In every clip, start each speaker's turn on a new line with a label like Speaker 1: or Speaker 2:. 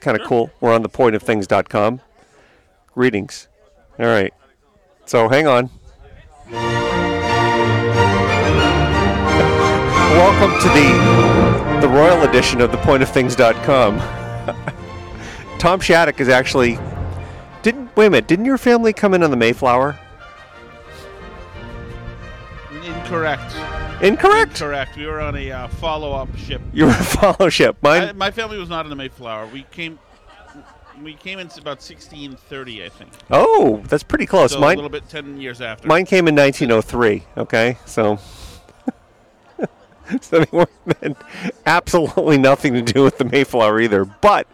Speaker 1: kind of cool. We're on the point of things.com. Greetings. All right. So hang on. Welcome to the the royal edition of the point of things.com. Tom Shattuck is actually didn't wait a minute, didn't your family come in on the Mayflower?
Speaker 2: Incorrect.
Speaker 1: Incorrect.
Speaker 2: Incorrect. We were on a uh, follow-up ship.
Speaker 1: You were a fellowship. Mine
Speaker 2: I, my family was not on the Mayflower. We came. We came in about 1630, I think.
Speaker 1: Oh, that's pretty close.
Speaker 2: So a
Speaker 1: mine
Speaker 2: little bit, 10 years after.
Speaker 1: mine came in 1903, okay? So something had absolutely nothing to do with the Mayflower either. But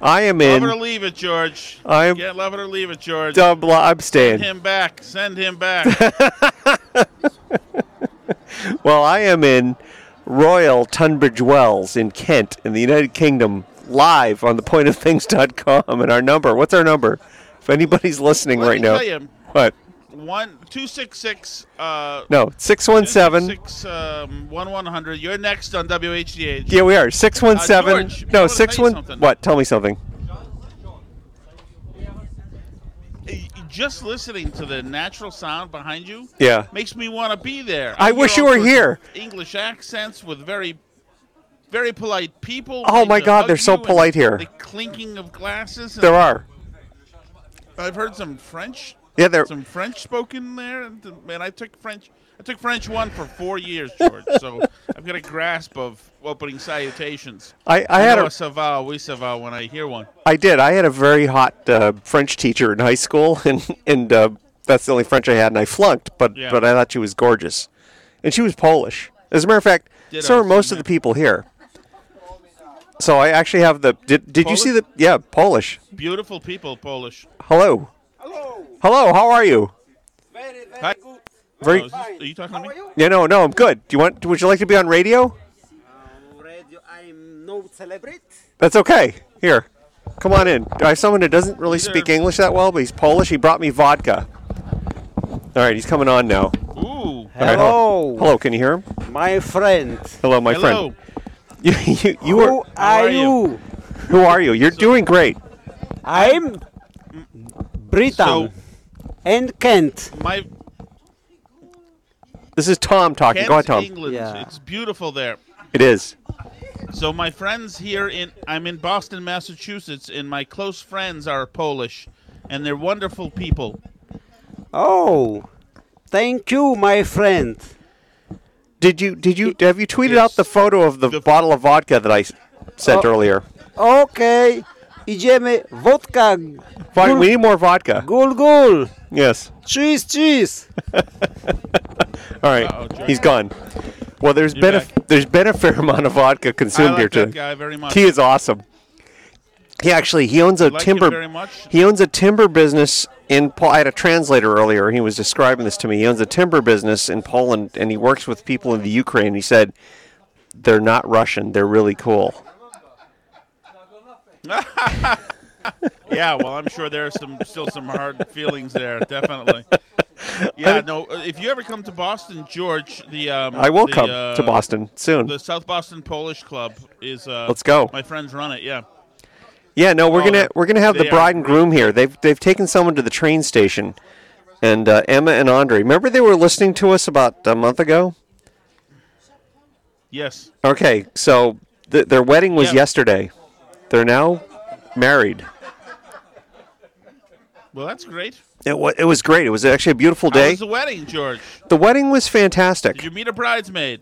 Speaker 1: I am
Speaker 2: Love it or
Speaker 1: in
Speaker 2: leave it, George.
Speaker 1: I'm-
Speaker 2: yeah, love it or leave it, George. Send
Speaker 1: double I'm staying.
Speaker 2: him back. Send him back.
Speaker 1: Well, I am in Royal Tunbridge Wells in Kent in the United Kingdom live on thepointofthings.com and our number. What's our number? If anybody's listening
Speaker 2: Let
Speaker 1: right
Speaker 2: me
Speaker 1: now.
Speaker 2: tell you.
Speaker 1: What?
Speaker 2: One two six six. Uh,
Speaker 1: No, 617.
Speaker 2: Six um, one one hundred. You're next on WHDH.
Speaker 1: Yeah, we are.
Speaker 2: Uh,
Speaker 1: 617.
Speaker 2: George,
Speaker 1: no,
Speaker 2: I wanna tell you
Speaker 1: 61
Speaker 2: something.
Speaker 1: What? Tell me something.
Speaker 2: Y- Just listening to the natural sound behind you.
Speaker 1: Yeah.
Speaker 2: Makes me want to be there.
Speaker 1: I
Speaker 2: hear
Speaker 1: wish you
Speaker 2: all
Speaker 1: were
Speaker 2: sorts
Speaker 1: here.
Speaker 2: of English accents with very, very polite people.
Speaker 1: Oh
Speaker 2: ready
Speaker 1: my
Speaker 2: to
Speaker 1: God,
Speaker 2: hug
Speaker 1: they're so
Speaker 2: you and
Speaker 1: polite here.
Speaker 2: The clinking of glasses. and
Speaker 1: There are.
Speaker 2: I've heard some French.
Speaker 1: Yeah, there
Speaker 2: some French spoken there, and, th- man, I took French. I took French one for four years, George. so I've got a grasp of opening salutations.
Speaker 1: I, I had
Speaker 2: know
Speaker 1: a
Speaker 2: ça va, oui ça va when I hear one.
Speaker 1: I did. I had a very hot uh, French teacher in high school, and and uh, that's the only French I had, and I flunked. But
Speaker 2: Yeah.
Speaker 1: but I thought she was gorgeous, and she was Polish. As a matter of fact,
Speaker 2: Ditto,
Speaker 1: so are most
Speaker 2: same
Speaker 1: of the people here. So I actually have the. Did did you see the? Yeah, Polish.
Speaker 2: Beautiful people, Polish.
Speaker 1: Hello,
Speaker 3: Hello.
Speaker 1: hello. How are you?
Speaker 3: Very, very
Speaker 2: Hi.
Speaker 3: good.
Speaker 1: Very.
Speaker 2: Oh, is this- are you talking to
Speaker 3: How
Speaker 2: me?
Speaker 3: are you?
Speaker 1: Yeah, no, no. I'm good. Do you want? Would you like to be on radio?
Speaker 3: I'm radio. I'm no celebrate.
Speaker 1: That's okay. Here, come on in. I have someone that doesn't really speak
Speaker 2: there.
Speaker 1: English that well, but he's Polish. He brought me vodka. All right, he's coming on now.
Speaker 2: Ooh.
Speaker 1: All right,
Speaker 3: Hello.
Speaker 1: Hello, can you hear him?
Speaker 3: My friend.
Speaker 1: Hello, my
Speaker 2: Hello.
Speaker 1: friend. You, you, you
Speaker 3: Who
Speaker 1: are,
Speaker 2: are
Speaker 3: are
Speaker 2: you?
Speaker 3: you?
Speaker 1: who are you? You're doing great.
Speaker 3: I'm Britain
Speaker 2: So-
Speaker 3: and Kent.
Speaker 2: My
Speaker 1: This is Tom talking.
Speaker 2: Kent,
Speaker 1: Go ahead, Tom.
Speaker 2: England.
Speaker 3: Yeah.
Speaker 2: It's beautiful there.
Speaker 1: It is.
Speaker 2: So my friends here in I'm in Boston, Massachusetts, and my close friends are Polish, and they're wonderful people.
Speaker 3: Oh, thank you, my friend.
Speaker 1: Did you did you have you tweeted out the photo of the,
Speaker 2: The-
Speaker 1: bottle of vodka that I s- sent
Speaker 3: Oh.
Speaker 1: earlier?
Speaker 3: Okay, idziemy wodka.
Speaker 1: Fine, we need more vodka.
Speaker 3: Gul gul.
Speaker 1: Yes.
Speaker 3: Cheese cheese.
Speaker 1: All right.
Speaker 2: Uh-oh, Jerry.
Speaker 1: He's gone. Well, there's been a,
Speaker 2: back.
Speaker 1: there's been a fair amount of vodka
Speaker 2: I
Speaker 1: consumed here
Speaker 2: like
Speaker 1: today.
Speaker 2: that guy very much.
Speaker 1: He is awesome. He actually he owns a
Speaker 2: like him
Speaker 1: timber.
Speaker 2: very much.
Speaker 1: He owns a timber business in. Po- I had a translator earlier. He was describing this to me. He owns a timber business in Poland, and he works with people in the Ukraine. He said, "They're not Russian. They're really cool."
Speaker 2: Yeah, well, I'm sure there are some still some hard feelings there, definitely. Yeah, no. uh, If you ever come to Boston, George, the um,
Speaker 1: I will
Speaker 2: the,
Speaker 1: come
Speaker 2: uh,
Speaker 1: to Boston soon.
Speaker 2: The South Boston Polish Club is. Uh,
Speaker 1: Let's go.
Speaker 2: My friends run it. Yeah.
Speaker 1: Yeah, no, we're
Speaker 2: Oh,
Speaker 1: gonna
Speaker 2: they're-
Speaker 1: we're gonna have the
Speaker 2: they are
Speaker 1: bride and groom here. They've they've taken someone to the train station, and uh, Emma and Andre. Remember they were listening to us about a month ago.
Speaker 2: Yes.
Speaker 1: Okay, so th- their wedding was
Speaker 2: Yeah.
Speaker 1: yesterday. They're now married.
Speaker 2: Well, that's great.
Speaker 1: It, wa it was great. It was actually a beautiful
Speaker 2: How
Speaker 1: day.
Speaker 2: was the wedding, George?
Speaker 1: the wedding was fantastic.
Speaker 2: Did you meet a bridesmaid?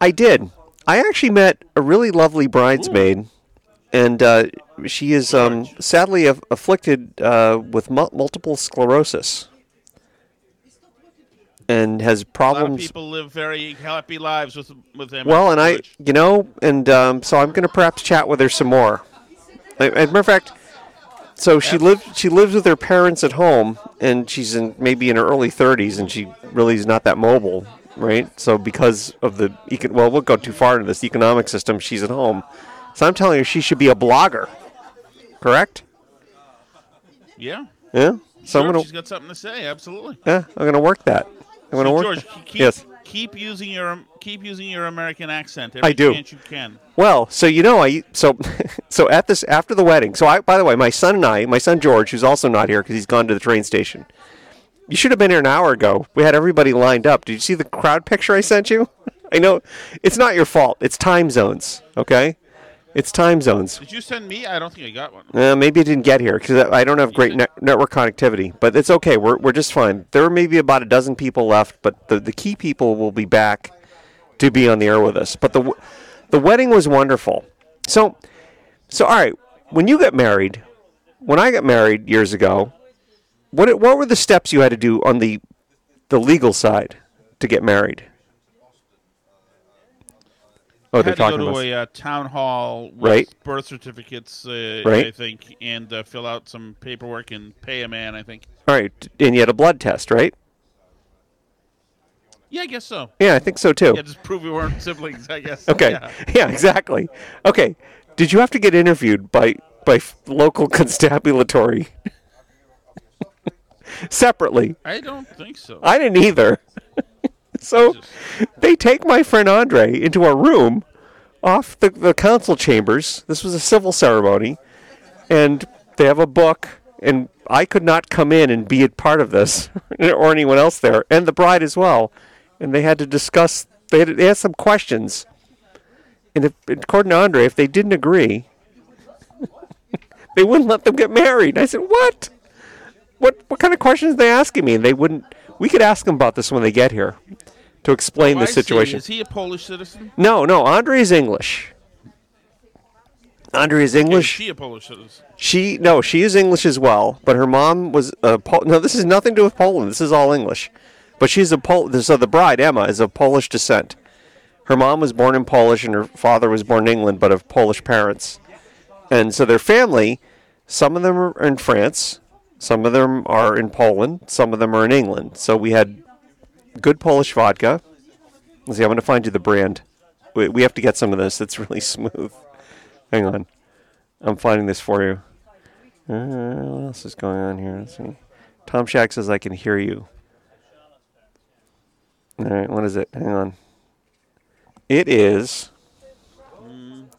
Speaker 1: I did. I actually met a really lovely bridesmaid, and uh, she is um,
Speaker 2: George.
Speaker 1: sadly aff- afflicted uh, with mul- multiple sclerosis and has
Speaker 2: A lot of
Speaker 1: problems.
Speaker 2: people live very happy lives with with them.
Speaker 1: Well, and I,
Speaker 2: George.
Speaker 1: you know, and um, so I'm going to perhaps chat with her some more. A- As a matter of fact, so she lived. She lives with her parents at home, and she's in maybe in her early 30s, and she really is not that mobile, right? So because of the econ, well, we'll go too far into this economic system. She's at home, so I'm telling her she should be a blogger, correct?
Speaker 2: Yeah.
Speaker 1: Yeah. So I'm
Speaker 2: George,
Speaker 1: gonna,
Speaker 2: she's got something to say. Absolutely.
Speaker 1: yeah, I'm gonna work that. I'm gonna work.
Speaker 2: George,
Speaker 1: that.
Speaker 2: keep
Speaker 1: yes.
Speaker 2: keep using your keep using your American accent. Every
Speaker 1: I do.
Speaker 2: Chance you can.
Speaker 1: Well, so you know, I so so at this after the wedding. So I, by the way, my son and I, my son George, who's also not here because he's gone to the train station. You should have been here an hour ago. We had everybody lined up. Did you see the crowd picture I sent you? I know it's not your fault. It's time zones. Okay, it's time zones.
Speaker 2: Did you send me? I don't think I got one.
Speaker 1: Uh, maybe it didn't get here because I I don't have great net network connectivity, but it's okay. We're, we're just fine. There are maybe about a dozen people left, but the, the key people will be back to be on the air with us. But the w- the wedding was wonderful. So so all right, when you got married, when I got married years ago, what it- what were the steps you had to do on the the legal side to get married? Oh, they're
Speaker 2: I had to
Speaker 1: talking
Speaker 2: go
Speaker 1: about
Speaker 2: to a uh, town hall with
Speaker 1: Right.
Speaker 2: birth certificates, uh,
Speaker 1: Right.
Speaker 2: I think, and uh, fill out some paperwork and pay a man. I think.
Speaker 1: all right, and you had a blood test, right?
Speaker 2: Yeah, I guess so.
Speaker 1: Yeah, I think so too.
Speaker 2: Yeah, just prove we weren't siblings. I guess.
Speaker 1: Okay.
Speaker 2: Yeah.
Speaker 1: Yeah. exactly. Okay. Did you have to get interviewed by by f- local constabulary separately?
Speaker 2: I don't think so.
Speaker 1: I didn't either. so they take my friend Andre into a room off the, the council chambers. This was a civil ceremony, and they have a book. And I could not come in and be a part of this, or anyone else there, and the bride as well. And they had to discuss. They had, they had some questions, and if, according to Andre, if they didn't agree, they wouldn't let them get married. I said, "What? What? What kind of questions are they asking me?" And they wouldn't. We could ask them about this when they get here to explain
Speaker 2: Oh,
Speaker 1: the
Speaker 2: I see.
Speaker 1: situation.
Speaker 2: Is he a Polish citizen?
Speaker 1: No, no. Andre is English. Andre is
Speaker 2: Is
Speaker 1: English.
Speaker 2: she a Polish citizen?
Speaker 1: She no, she is English as well. But her mom was a Pol- no. This is nothing to do with Poland. This is all English. But she's a Pol. So the bride Emma is of Polish descent. Her mom was born in Polish, and her father was born in England, but of Polish parents. And so their family, some of them are in France, some of them are in Poland, some of them are in England. So we had good Polish vodka. Let's see, I'm going to find you the brand. We, we have to get some of this. It's really smooth. Hang on. I'm finding this for you. Uh, what else is going on here? Let's see. Tom Shack says, I can hear you. All right, what is it? Hang on. It is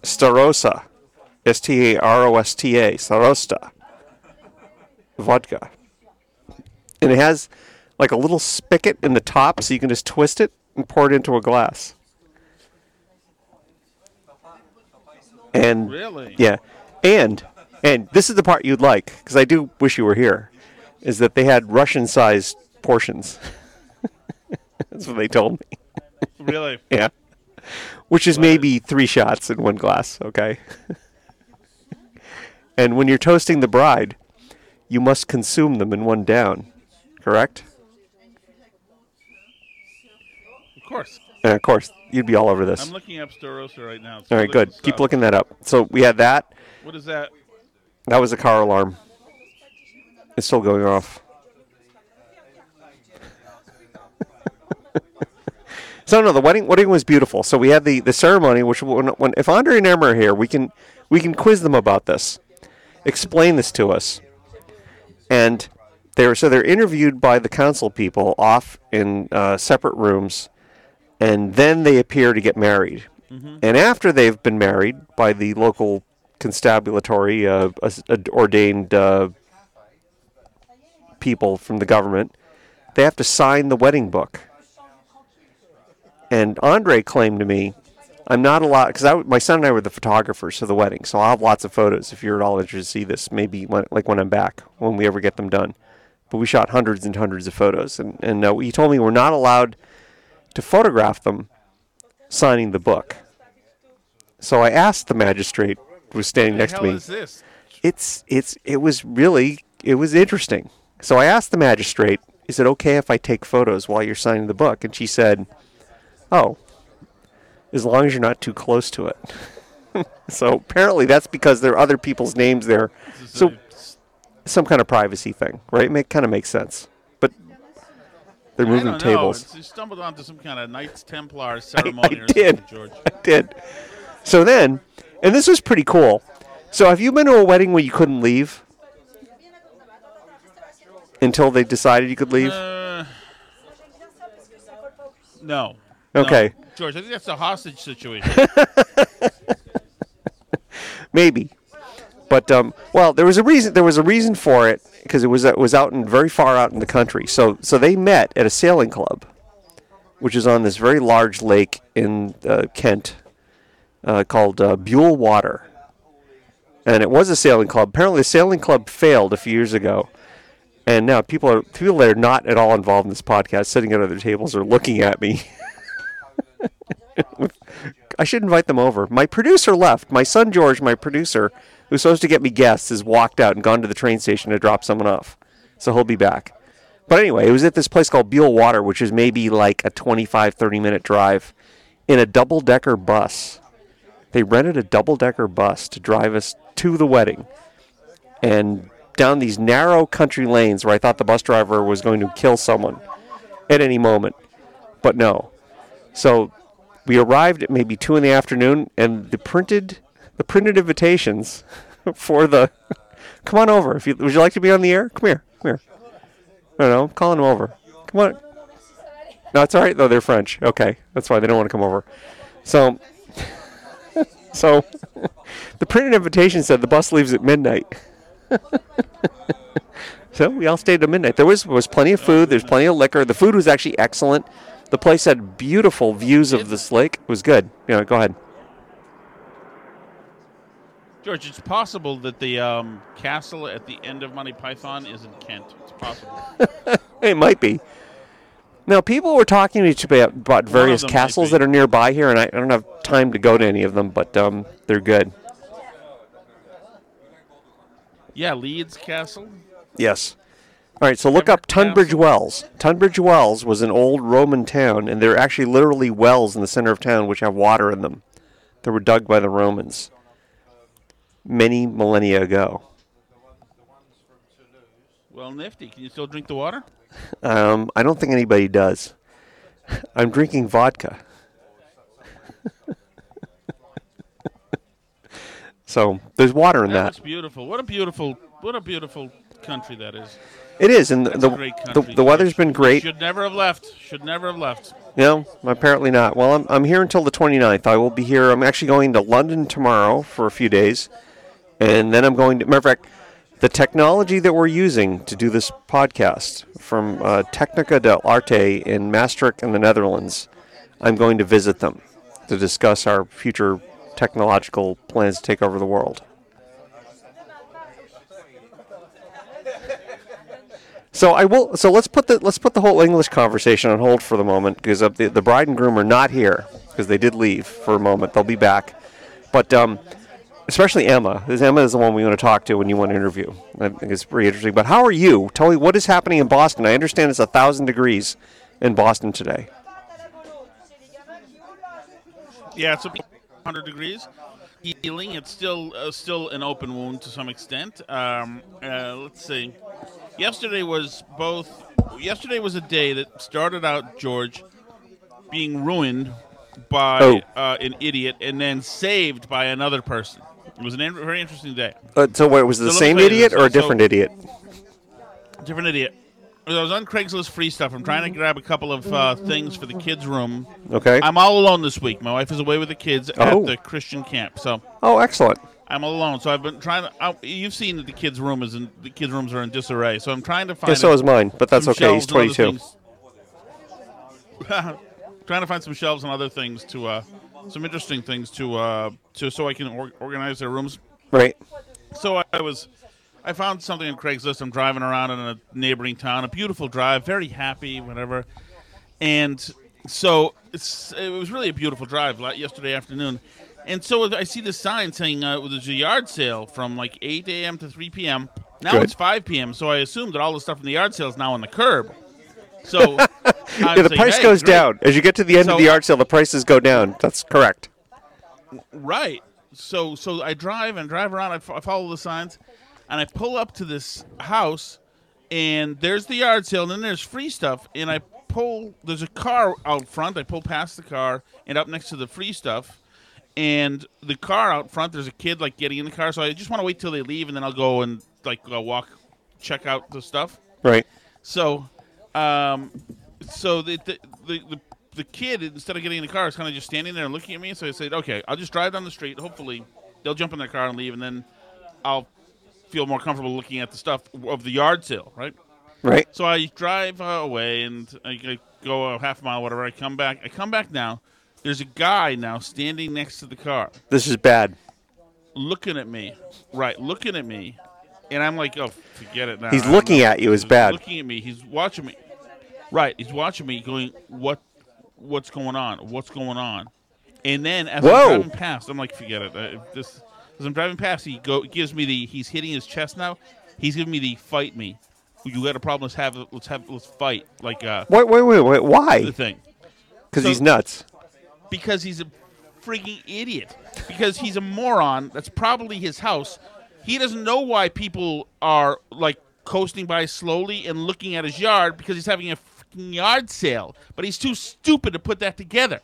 Speaker 1: Starosta. S T A R O S T A. Starosta. Vodka. And it has like a little spigot in the top so you can just twist it and pour it into a glass. And
Speaker 2: Really?
Speaker 1: yeah, and and this is the part you'd like because I do wish you were here, is that they had Russian-sized portions. That's what they told me.
Speaker 2: Really?
Speaker 1: Yeah, which is maybe three shots in one glass. Okay. and when you're toasting the bride, you must consume them in one down. Correct.
Speaker 2: Of course.
Speaker 1: And of course, you'd be all over this.
Speaker 2: I'm looking up Starosta right now.
Speaker 1: all right, good. Keep looking that up. So we had that.
Speaker 2: What is that?
Speaker 1: That was a car alarm. It's still going off. so no, the wedding wedding was beautiful. So we had the, the ceremony, which when, when if Andre and Emma are here, we can we can quiz them about this, explain this to us, and they're so they're interviewed by the council people off in uh, separate rooms, and then they appear to get married. And after they've been married by the local constabulatory uh, as- ad- ordained uh, people from the government, they have to sign the wedding book. And Andre claimed to me, I'm not allowed because my son and I were the photographers for the wedding, so I'll have lots of photos if you're at all interested to see this. Maybe when, like when I'm back, when we ever get them done. But we shot hundreds and hundreds of photos, and and uh, he told me we're not allowed to photograph them signing the book. So I asked the magistrate who was standing next
Speaker 2: Hell
Speaker 1: to me
Speaker 2: is this?
Speaker 1: it's it's it was really it was interesting. So I asked the magistrate, "Is it okay if I take photos while you're signing the book?" And she said, "Oh, as long as you're not too close to it." so apparently that's because there are other people's names there.
Speaker 2: This is
Speaker 1: So
Speaker 2: a-
Speaker 1: some kind of privacy thing, right? Make kind of makes sense. But they're
Speaker 2: I
Speaker 1: moving
Speaker 2: don't know.
Speaker 1: tables.
Speaker 2: It's- You stumbled onto some kind of Knights Templar ceremony. or
Speaker 1: did.
Speaker 2: something, George.
Speaker 1: I did. So then, and this was pretty cool. So have you been to a wedding where you couldn't leave until they decided you could leave?
Speaker 2: Uh, No.
Speaker 1: Okay.
Speaker 2: No. George, I think that's a hostage situation.
Speaker 1: maybe. But um, well, there was a reason. There was a reason for it because it was it was out in very far out in the country. So so they met at a sailing club, which is on this very large lake in uh, Kent, uh, called uh, Buell Water. And it was a sailing club. Apparently, the sailing club failed a few years ago, and now people are people that are not at all involved in this podcast, sitting at other tables, are looking at me. I should invite them over. My producer left. My son George, my producer, who's supposed to get me guests, has walked out and gone to the train station to drop someone off. So he'll be back. But anyway, it was at this place called Buell Water, which is maybe like a 25, 30 minute drive in a double decker bus. They rented a double decker bus to drive us to the wedding and down these narrow country lanes where I thought the bus driver was going to kill someone at any moment. But no. So we arrived at maybe two in the afternoon, and the printed the printed invitations for the come on over. If you would you like to be on the air? Come here, come here. I don't know. I'm calling them over. Come on. No, it's all right though. They're French. Okay, that's why they don't want to come over. So, so the printed invitation said the bus leaves at midnight. So we all stayed till midnight. There was was plenty of food. There's plenty of liquor. The food was actually excellent. The place had beautiful views of this lake. It was good. Yeah, go ahead.
Speaker 2: George, it's possible that the um, castle at the end of Monty Python is in Kent. It's possible.
Speaker 1: It might be. Now people were talking to each about, about various
Speaker 2: them might
Speaker 1: castles
Speaker 2: be.
Speaker 1: that are nearby here, and I, I don't have time to go to any of them, but um, they're good.
Speaker 2: Yeah, Leeds Castle.
Speaker 1: Yes. All right, so look up Tunbridge Wells. Tunbridge Wells was an old Roman town, and there are actually literally wells in the center of town which have water in them that were dug by the Romans many millennia ago.
Speaker 2: Well, nifty. Can you still drink the water?
Speaker 1: Um, I don't think anybody does. I'm drinking vodka. so there's water in that.
Speaker 2: That's beautiful. What a beautiful, what a beautiful country that is.
Speaker 1: It is, and the
Speaker 2: That's a
Speaker 1: the,
Speaker 2: great
Speaker 1: the,
Speaker 2: country,
Speaker 1: the weather's been great.
Speaker 2: Should never have left. Should never have left.
Speaker 1: No, apparently not. Well, I'm, I'm here until the 29th. I will be here. I'm actually going to London tomorrow for a few days. And then I'm going to, matter of fact, the technology that we're using to do this podcast from uh, Technica del Arte in Maastricht in the Netherlands, I'm going to visit them to discuss our future technological plans to take over the world. So I will. So let's put the let's put the whole English conversation on hold for the moment because of the, the bride and groom are not here because they did leave for a moment. They'll be back, but um, especially Emma. 'cause Emma is the one we want to talk to when you want to interview. I think it's pretty interesting. But how are you? Tell me what is happening in Boston. I understand it's a thousand degrees in Boston today.
Speaker 2: Yeah, it's about 100 degrees. Healing. It's still uh, still an open wound to some extent. Um, uh, let's see. Yesterday was both. Yesterday was a day that started out George being ruined by
Speaker 1: Oh.
Speaker 2: uh, an idiot and then saved by another person. It was an in- very interesting day.
Speaker 1: Uh, so what, was it the
Speaker 2: So let's
Speaker 1: same
Speaker 2: play
Speaker 1: idiot
Speaker 2: this.
Speaker 1: or a
Speaker 2: So-
Speaker 1: different idiot?
Speaker 2: Different idiot. I was on Craigslist free stuff. I'm trying to grab a couple of uh, things for the kids' room.
Speaker 1: Okay.
Speaker 2: I'm all alone this week. My wife is away with the kids
Speaker 1: Oh.
Speaker 2: at the Christian camp, so
Speaker 1: oh, excellent.
Speaker 2: I'm all alone. So I've been trying to. I, you've seen that the kids' room is in the kids' rooms are in disarray. So I'm trying to find.
Speaker 1: Yeah, so is mine, but that's
Speaker 2: some
Speaker 1: okay. He's
Speaker 2: shelves and
Speaker 1: 22.
Speaker 2: other things- trying to find some shelves and other things to, uh, some interesting things to, uh, to so I can or- organize their rooms.
Speaker 1: Right.
Speaker 2: So I, I was, I found something on Craigslist. I'm driving around in a neighboring town, a beautiful drive, very happy, whatever. And so it's it was really a beautiful drive like yesterday afternoon. And so I see this sign saying uh, there's a yard sale from like 8 a.m. to 3 p.m. Now
Speaker 1: Good.
Speaker 2: it's 5 p.m. So I assume that all the stuff from the yard sale is now on the curb. So I'm
Speaker 1: Yeah, the
Speaker 2: saying,
Speaker 1: price
Speaker 2: "Hey,
Speaker 1: goes
Speaker 2: great."
Speaker 1: down as you get to the end of
Speaker 2: So-
Speaker 1: the yard sale. The prices go down. That's correct.
Speaker 2: Right. So so I drive and drive around. I fo- I follow the signs, and I pull up to this house, and there's the yard sale, and then there's free stuff. And I pull. There's a car out front. I pull past the car and up next to the free stuff, and the car out front. There's a kid like getting in the car. So I just want to wait till they leave, and then I'll go and like go walk, check out the stuff.
Speaker 1: Right.
Speaker 2: So, um, so the the, the, the the kid instead of getting in the car is kind of just standing there and looking at me. So I said, "Okay, I'll just drive down the street. Hopefully, they'll jump in their car and leave, and then I'll feel more comfortable looking at the stuff of the yard sale, right?"
Speaker 1: Right.
Speaker 2: So I drive uh, away and I, I go a half mile, whatever. I come back. I come back now. There's a guy now standing next to the car,
Speaker 1: This is bad.
Speaker 2: looking at me. Right, looking at me, and I'm like, "Oh, forget it now."
Speaker 1: He's
Speaker 2: I'm
Speaker 1: looking
Speaker 2: not-
Speaker 1: at you is
Speaker 2: He's
Speaker 1: bad.
Speaker 2: Looking at me. He's watching me. Right, he's watching me, going, "What? What's going on? What's going on?" And then as
Speaker 1: Whoa.
Speaker 2: I'm driving past, I'm like, "Forget it." Uh, this as I'm driving past, he go gives me the. He's hitting his chest now. He's giving me the fight me. You got a problem? Let's have let's have let's fight like uh
Speaker 1: Wait, wait, wait, wait.
Speaker 2: the
Speaker 1: Why?
Speaker 2: thing
Speaker 1: Because
Speaker 2: so-
Speaker 1: he's nuts.
Speaker 2: because he's a freaking idiot. Because he's a moron. That's probably his house. He doesn't know why people are like coasting by slowly and looking at his yard because he's having a freaking yard sale. But he's too stupid to put that together.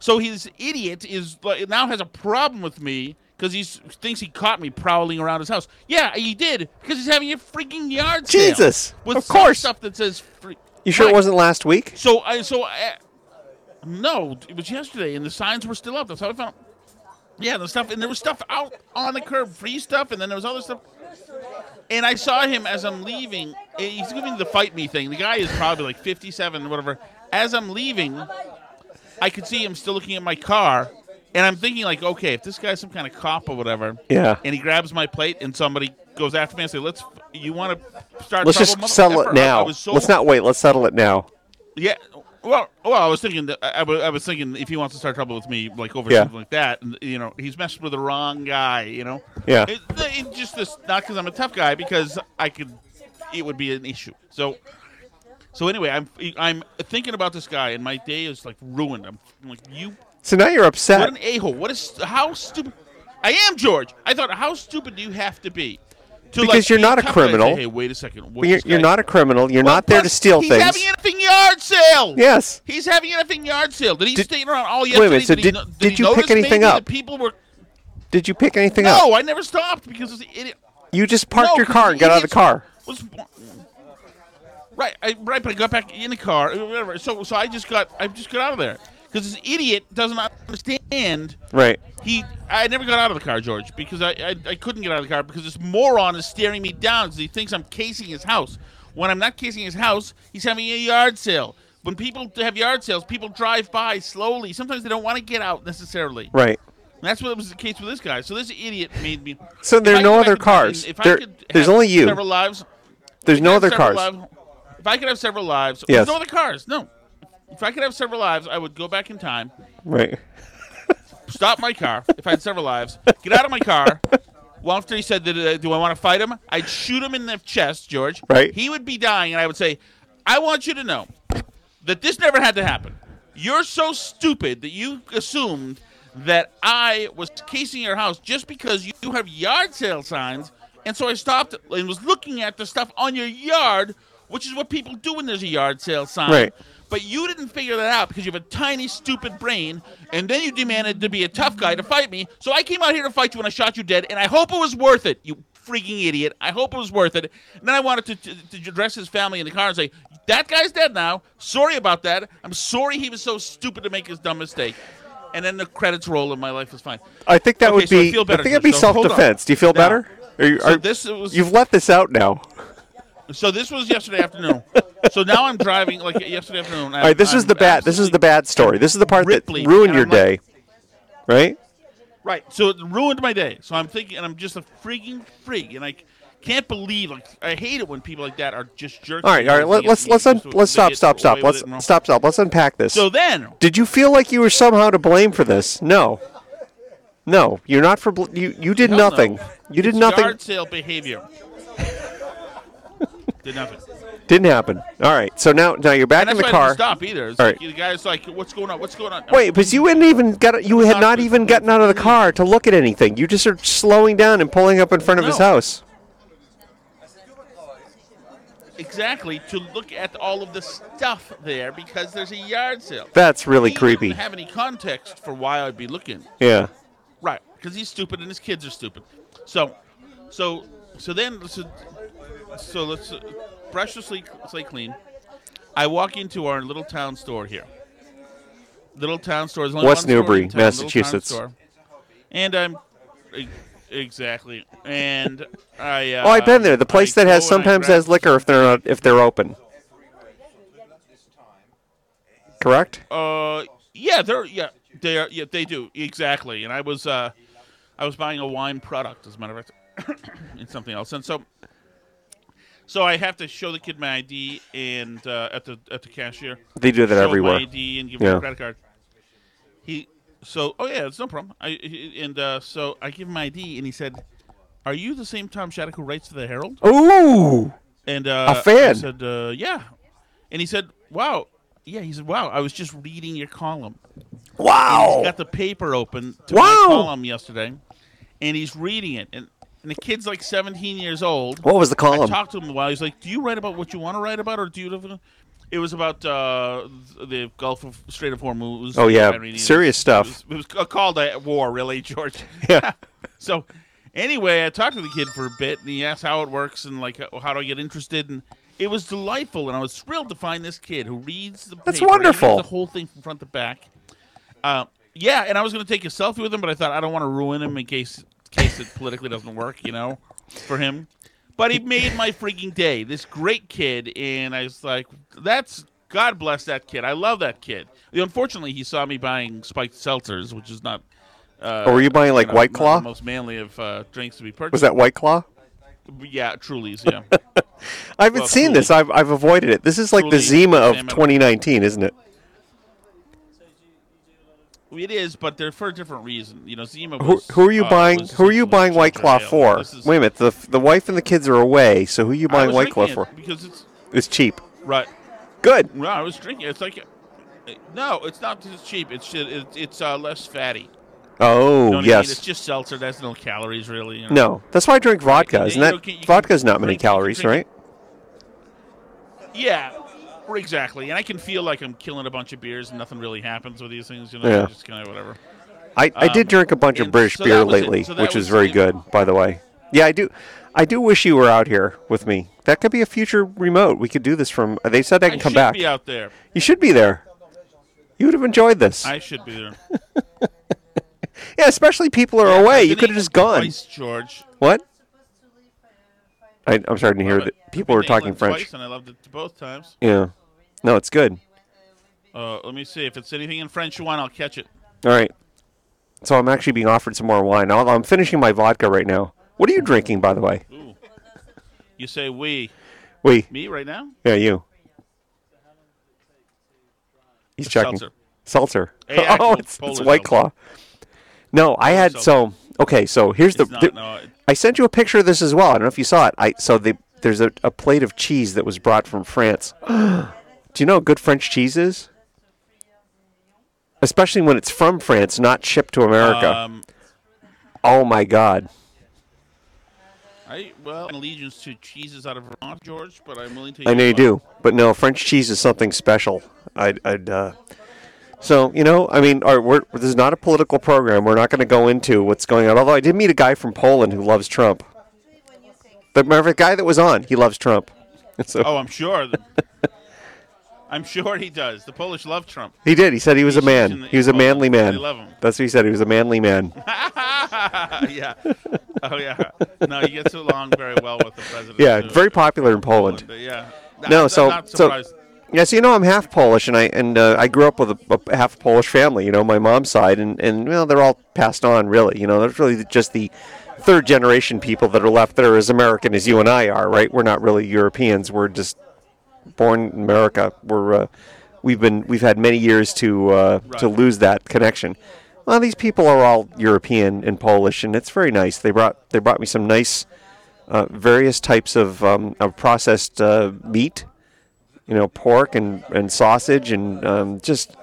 Speaker 2: So his idiot is like, now has a problem with me because he thinks he caught me prowling around his house. Yeah, he did because he's having a freaking yard sale.
Speaker 1: Jesus,
Speaker 2: with
Speaker 1: of
Speaker 2: some
Speaker 1: course.
Speaker 2: stuff that says. Free-
Speaker 1: You sure it
Speaker 2: Right.
Speaker 1: wasn't last week?
Speaker 2: So I so I, no, it was yesterday, and the signs were still up. That's how I found. Yeah, the stuff, and there was stuff out on the curb, free stuff, and then there was other stuff. And I saw him as I'm leaving. and He's giving me the fight me thing. The guy is probably like 57 or whatever. As I'm leaving, I could see him still looking at my car, and I'm thinking like, okay, if this guy's some kind of cop or whatever,
Speaker 1: Yeah.
Speaker 2: and he grabs my plate, and somebody goes after me and say, "Let's, you want to start?
Speaker 1: Let's
Speaker 2: trouble,
Speaker 1: just settle
Speaker 2: motherfucker?" I
Speaker 1: it now.
Speaker 2: was so
Speaker 1: Let's not wait. Let's settle it now.
Speaker 2: yeah. Well, well, I was thinking that I, I was- I was thinking if he wants to start trouble with me, like over
Speaker 1: Yeah.
Speaker 2: something like that, and, you know, he's messing with the wrong guy. You know.
Speaker 1: Yeah.
Speaker 2: It, it just this not because I'm a tough guy, because I could, it would be an issue. So, so anyway, I'm I'm thinking about this guy, and my day is like ruined. I'm like, you
Speaker 1: So now you're
Speaker 2: what
Speaker 1: upset.
Speaker 2: an a hole. What is how stupid? I am George. I thought how stupid do you have to be? To
Speaker 1: Because you're
Speaker 2: be
Speaker 1: not a
Speaker 2: tough guy and say,
Speaker 1: criminal.
Speaker 2: hey, wait a second.
Speaker 1: But You're, you're not a criminal. You're not there to
Speaker 2: Plus,
Speaker 1: steal
Speaker 2: he's
Speaker 1: things.
Speaker 2: He's having a effing yard sale.
Speaker 1: Yes.
Speaker 2: He's having an effing yard sale. Did he
Speaker 1: Did-
Speaker 2: stay around all
Speaker 1: a
Speaker 2: yesterday?
Speaker 1: minute, so
Speaker 2: he
Speaker 1: did-
Speaker 2: no-
Speaker 1: did
Speaker 2: he
Speaker 1: you
Speaker 2: notice
Speaker 1: pick anything
Speaker 2: maybe
Speaker 1: up?
Speaker 2: that people were.
Speaker 1: Did you pick anything up?
Speaker 2: No, I never stopped because it was an idiot.
Speaker 1: You just parked
Speaker 2: No,
Speaker 1: your car and got out of the
Speaker 2: idiots-
Speaker 1: car.
Speaker 2: was right, I, right, but I got back in the car. uh, Whatever. So, so I just got, I just got out of there because this idiot does not understand.
Speaker 1: Right.
Speaker 2: He, I never got out of the car, George, because I, I, I couldn't get out of the car because this moron is staring me down because he thinks I'm casing his house. When I'm not casing his house, he's having a yard sale. When people have yard sales, people drive by slowly. Sometimes they don't want to get out necessarily.
Speaker 1: Right.
Speaker 2: And that's what was the case with this guy. So this idiot made me.
Speaker 1: So there are
Speaker 2: If I-
Speaker 1: no
Speaker 2: if I
Speaker 1: other
Speaker 2: could-
Speaker 1: cars.
Speaker 2: if I
Speaker 1: There-
Speaker 2: could
Speaker 1: there's
Speaker 2: have
Speaker 1: only you.
Speaker 2: Several lives.
Speaker 1: There's no
Speaker 2: have
Speaker 1: other
Speaker 2: several
Speaker 1: cars.
Speaker 2: lives- if I could have several lives,
Speaker 1: Yes.
Speaker 2: there's no other cars. No. If I could have several lives, I would go back in time,
Speaker 1: Right.
Speaker 2: stop my car. if I had several lives, get out of my car. Well, after he said, that, uh, "Do I want to fight him?" I'd shoot him in the chest, George.
Speaker 1: Right.
Speaker 2: He would be dying, and I would say, "I want you to know that this never had to happen. You're so stupid that you assumed that I was casing your house just because you, you have yard sale signs, and so I stopped and was looking at the stuff on your yard, which is what people do when there's a yard sale sign.
Speaker 1: Right.
Speaker 2: But you didn't figure that out because you have a tiny, stupid brain, and then you demanded to be a tough guy to fight me. So I came out here to fight you, and I shot you dead. And I hope it was worth it. You freaking idiot! I hope it was worth it. And then I wanted to, to, to address his family in the car and say, "That guy's dead now. Sorry about that. I'm sorry he was so stupid to make his dumb mistake." And then the credits roll, and my life is fine.
Speaker 1: I think that
Speaker 2: Okay,
Speaker 1: would
Speaker 2: so I
Speaker 1: be.
Speaker 2: feel better,
Speaker 1: think it'd be
Speaker 2: so hold on.
Speaker 1: self-defense. Do you feel
Speaker 2: Now,
Speaker 1: better? Are you,
Speaker 2: So
Speaker 1: are,
Speaker 2: this was
Speaker 1: you've let this out now.
Speaker 2: so this was yesterday afternoon. so now I'm driving like yesterday afternoon.
Speaker 1: All right. This is the bad. This is the bad story. This is the part
Speaker 2: Ripley,
Speaker 1: that ruined
Speaker 2: and
Speaker 1: your
Speaker 2: I'm
Speaker 1: day.
Speaker 2: like-
Speaker 1: Right.
Speaker 2: Right. So it ruined my day. So I'm thinking, and I'm just a freaking freak, and I c- can't believe. Like I hate it when people like that are just jerks.
Speaker 1: All right. All right. Let, us let's un- let's stop stop stop. Let's stop stop. Let's unpack this.
Speaker 2: So then,
Speaker 1: Did you feel like you were somehow to blame for this? No. No, you're not for bl- you. You did
Speaker 2: Hell no.
Speaker 1: nothing. You did
Speaker 2: it's
Speaker 1: nothing.
Speaker 2: Yard sale behavior. Did nothing.
Speaker 1: Didn't happen. All right. So now now you're back
Speaker 2: And
Speaker 1: in
Speaker 2: that's
Speaker 1: the
Speaker 2: why I didn't
Speaker 1: car.
Speaker 2: stop either. It's
Speaker 1: All
Speaker 2: like,
Speaker 1: right.
Speaker 2: The guy's like, "What's going on? What's going on?"
Speaker 1: Wait, but you hadn't even got you had
Speaker 2: Stop
Speaker 1: not
Speaker 2: it.
Speaker 1: even gotten out of the car to look at anything. You just are slowing down and pulling up in front of his
Speaker 2: No.
Speaker 1: house.
Speaker 2: exactly to look at all of the stuff there because there's a yard sale.
Speaker 1: That's really
Speaker 2: He
Speaker 1: creepy.
Speaker 2: Didn't have any context for why I'd be looking.
Speaker 1: Yeah.
Speaker 2: Right, because he's stupid and his kids are stupid. So, so, so then, so, so let's uh, brush the slate, slate clean. I walk into our little town store here, Little town store. There's only
Speaker 1: West
Speaker 2: one store in
Speaker 1: Newbury,
Speaker 2: town, little town
Speaker 1: Massachusetts.
Speaker 2: store. And I'm e- exactly. And I. Uh,
Speaker 1: Oh, I've been there. The place
Speaker 2: I
Speaker 1: that has
Speaker 2: go and I
Speaker 1: sometimes
Speaker 2: grab-
Speaker 1: has liquor if they're not if they're open. Correct.
Speaker 2: Uh, yeah, they're yeah they are yeah they do exactly. And I was uh, I was buying a wine product as a matter of fact, and something else. And so, so I have to show the kid my ID and uh, at the at the cashier.
Speaker 1: They do that
Speaker 2: show
Speaker 1: everywhere.
Speaker 2: My ID and give him
Speaker 1: Yeah.
Speaker 2: a credit card. He so oh yeah, it's no problem. I he- and uh, so I give him my ID and he said, "Are you the same Tom Shattuck who writes for the Herald?"
Speaker 3: Ooh.
Speaker 2: And uh,
Speaker 1: Oh, A fan.
Speaker 2: I said, uh, "Yeah," and he said, "Wow." Yeah, he said, "Wow, I was just reading your column."
Speaker 1: Wow.
Speaker 2: got the paper open to
Speaker 1: Wow.
Speaker 2: my column yesterday, and he's reading it. And, and the kid's like 17 years old.
Speaker 1: What was the
Speaker 2: I
Speaker 1: column?
Speaker 2: talked to him a while. He's like, "Do you write about what you want to write about, or do you?" It was about uh, the Gulf of Strait of Hormuz.
Speaker 1: Oh, yeah.
Speaker 2: Iranian-
Speaker 1: Serious stuff.
Speaker 2: It was, it was ca- called a war, really, George.
Speaker 1: Yeah.
Speaker 2: so, anyway, I talked to the kid for a bit, and he asked how it works and like uh, how- how do I get interested, and it was delightful, and I was thrilled to find this kid who reads the.
Speaker 1: That's
Speaker 2: paper, he reads
Speaker 1: wonderful.
Speaker 2: The whole thing from front to back. Uh, yeah, and I was going to take a selfie with him, but I thought I don't want to ruin him in case in case it politically doesn't work, you know, for him. But he made my freaking day. This great kid, and I was like, "That's God bless that kid. I love that kid." Unfortunately, he saw me buying spiked seltzers, which is not. Uh,
Speaker 1: Or were you buying, like,
Speaker 2: know,
Speaker 1: White
Speaker 2: not
Speaker 1: Claw?
Speaker 2: the most manly of uh, drinks to be purchased.
Speaker 1: Was that White Claw?
Speaker 2: Yeah, Truly's. Yeah,
Speaker 1: I haven't
Speaker 2: Well,
Speaker 1: seen this. I've, I've avoided it. This is like the
Speaker 2: Truly,
Speaker 1: Zima of
Speaker 2: Zima.
Speaker 1: 2019, isn't it?
Speaker 2: it is, but they're for a different reason. You know, Zima.
Speaker 1: Who,
Speaker 2: Was,
Speaker 1: who are you
Speaker 2: uh,
Speaker 1: buying?
Speaker 2: was
Speaker 1: Who are you
Speaker 2: essentially
Speaker 1: buying White Claw
Speaker 2: ginger ale.
Speaker 1: for?
Speaker 2: This is-
Speaker 1: Wait a minute. The the wife and the kids are away, so who are you
Speaker 2: I
Speaker 1: buying
Speaker 2: was
Speaker 1: White Claw
Speaker 2: drinking
Speaker 1: for?
Speaker 2: it Because it's
Speaker 1: It's cheap.
Speaker 2: right.
Speaker 1: Good.
Speaker 2: No, I was drinking. It's like, uh, no, it's not just cheap. It's it, it's uh, less fatty.
Speaker 1: Oh
Speaker 2: You know what I mean? It's
Speaker 1: yes.
Speaker 2: just seltzer. That's no calories really. You know?
Speaker 1: No, that's why I drink vodka.
Speaker 2: you
Speaker 1: Isn't
Speaker 2: know,
Speaker 1: that
Speaker 2: can- you can
Speaker 1: vodka's not many
Speaker 2: drink- you can
Speaker 1: calories,
Speaker 2: drink-
Speaker 1: right?
Speaker 2: Yeah, or exactly. And I can feel like I'm killing a bunch of beers and nothing really happens with these things. You know,
Speaker 1: Yeah.
Speaker 2: just kind of whatever.
Speaker 1: I, I did
Speaker 2: Um,
Speaker 1: drink a bunch of
Speaker 2: and
Speaker 1: British
Speaker 2: so
Speaker 1: beer
Speaker 2: that was it.
Speaker 1: lately,
Speaker 2: So that
Speaker 1: which
Speaker 2: was
Speaker 1: is very
Speaker 2: it.
Speaker 1: good, by the way. Yeah, I do. I do wish you were out here with me. That could be a future remote. We could do this from. They said I can
Speaker 2: I
Speaker 1: come
Speaker 2: should
Speaker 1: back.
Speaker 2: be out there.
Speaker 1: you should be there. You would have enjoyed this.
Speaker 2: I should be there.
Speaker 1: yeah, especially people are away. You
Speaker 2: Didn't
Speaker 1: could have
Speaker 2: eat
Speaker 1: just gone.
Speaker 2: Twice, George.
Speaker 1: What? I, I'm sorry to hear that. People
Speaker 2: I've
Speaker 1: were
Speaker 2: been to
Speaker 1: talking
Speaker 2: England
Speaker 1: French.
Speaker 2: Twice and I loved it both times.
Speaker 1: Yeah. No, it's good.
Speaker 2: Uh, let me see if it's anything in French you want. I'll catch it.
Speaker 1: All right. So I'm actually being offered some more wine. I'll- I'm finishing my vodka right now. What are you drinking, by the way?
Speaker 2: Ooh. You say we
Speaker 1: Wait.
Speaker 2: me right now?
Speaker 1: Yeah, you. He's checking.
Speaker 2: seltzer.
Speaker 1: Seltzer.
Speaker 2: Hey,
Speaker 1: oh,
Speaker 2: actual
Speaker 1: it's, it's
Speaker 2: Polish
Speaker 1: White Claw.
Speaker 2: seltzer.
Speaker 1: No, I had so
Speaker 2: seltzer.
Speaker 1: okay. So here's the.
Speaker 2: It's not.
Speaker 1: th-
Speaker 2: no, it-
Speaker 1: I sent you a picture of this as well. I don't know if you saw it. I so they, there's a, a plate of cheese that was brought from France. Do you know how good French cheese is? Especially when it's from France, not shipped to America.
Speaker 2: um,
Speaker 1: oh my God!
Speaker 2: I well, an allegiance to cheeses out of Vermont, George, but I'm willing to.
Speaker 1: I know you
Speaker 2: use
Speaker 1: do, but no, French cheese is something special. I'd, I'd uh, so you know, I mean, our, we're, this is not a political program. We're not going to go into what's going on. Although I did meet a guy from Poland who loves Trump. The remember the guy that was on, he loves Trump. So
Speaker 2: Oh, I'm sure. I'm sure he does. The Polish love Trump.
Speaker 1: he did. He said he was a
Speaker 2: He's huge in
Speaker 1: man.
Speaker 2: the-
Speaker 1: He was a
Speaker 2: in Poland.
Speaker 1: manly man.
Speaker 2: They love him.
Speaker 1: That's what he said. He was a manly man.
Speaker 2: Uh, yeah. Oh yeah. No, he gets along very well with the president.
Speaker 1: Yeah,
Speaker 2: too.
Speaker 1: very popular in Poland.
Speaker 2: Yeah.
Speaker 1: No,
Speaker 2: I'm
Speaker 1: so
Speaker 2: not
Speaker 1: so
Speaker 2: surprised.
Speaker 1: yeah, so you know I'm half Polish, and I and uh, I grew up with a, a half Polish family. You know, my mom's side, and and well, they're all passed on, really. You know, there's really just the third generation people that are left that are as American as you and I are. Right? We're not really Europeans. We're just born in America. We're uh, we've been we've had many years to uh, to
Speaker 2: Right.
Speaker 1: lose that connection. Well, these people are all European and Polish, and it's very nice. They brought they brought me some nice uh, various types of, um, of processed uh, meat, you know, pork and, and sausage and um, just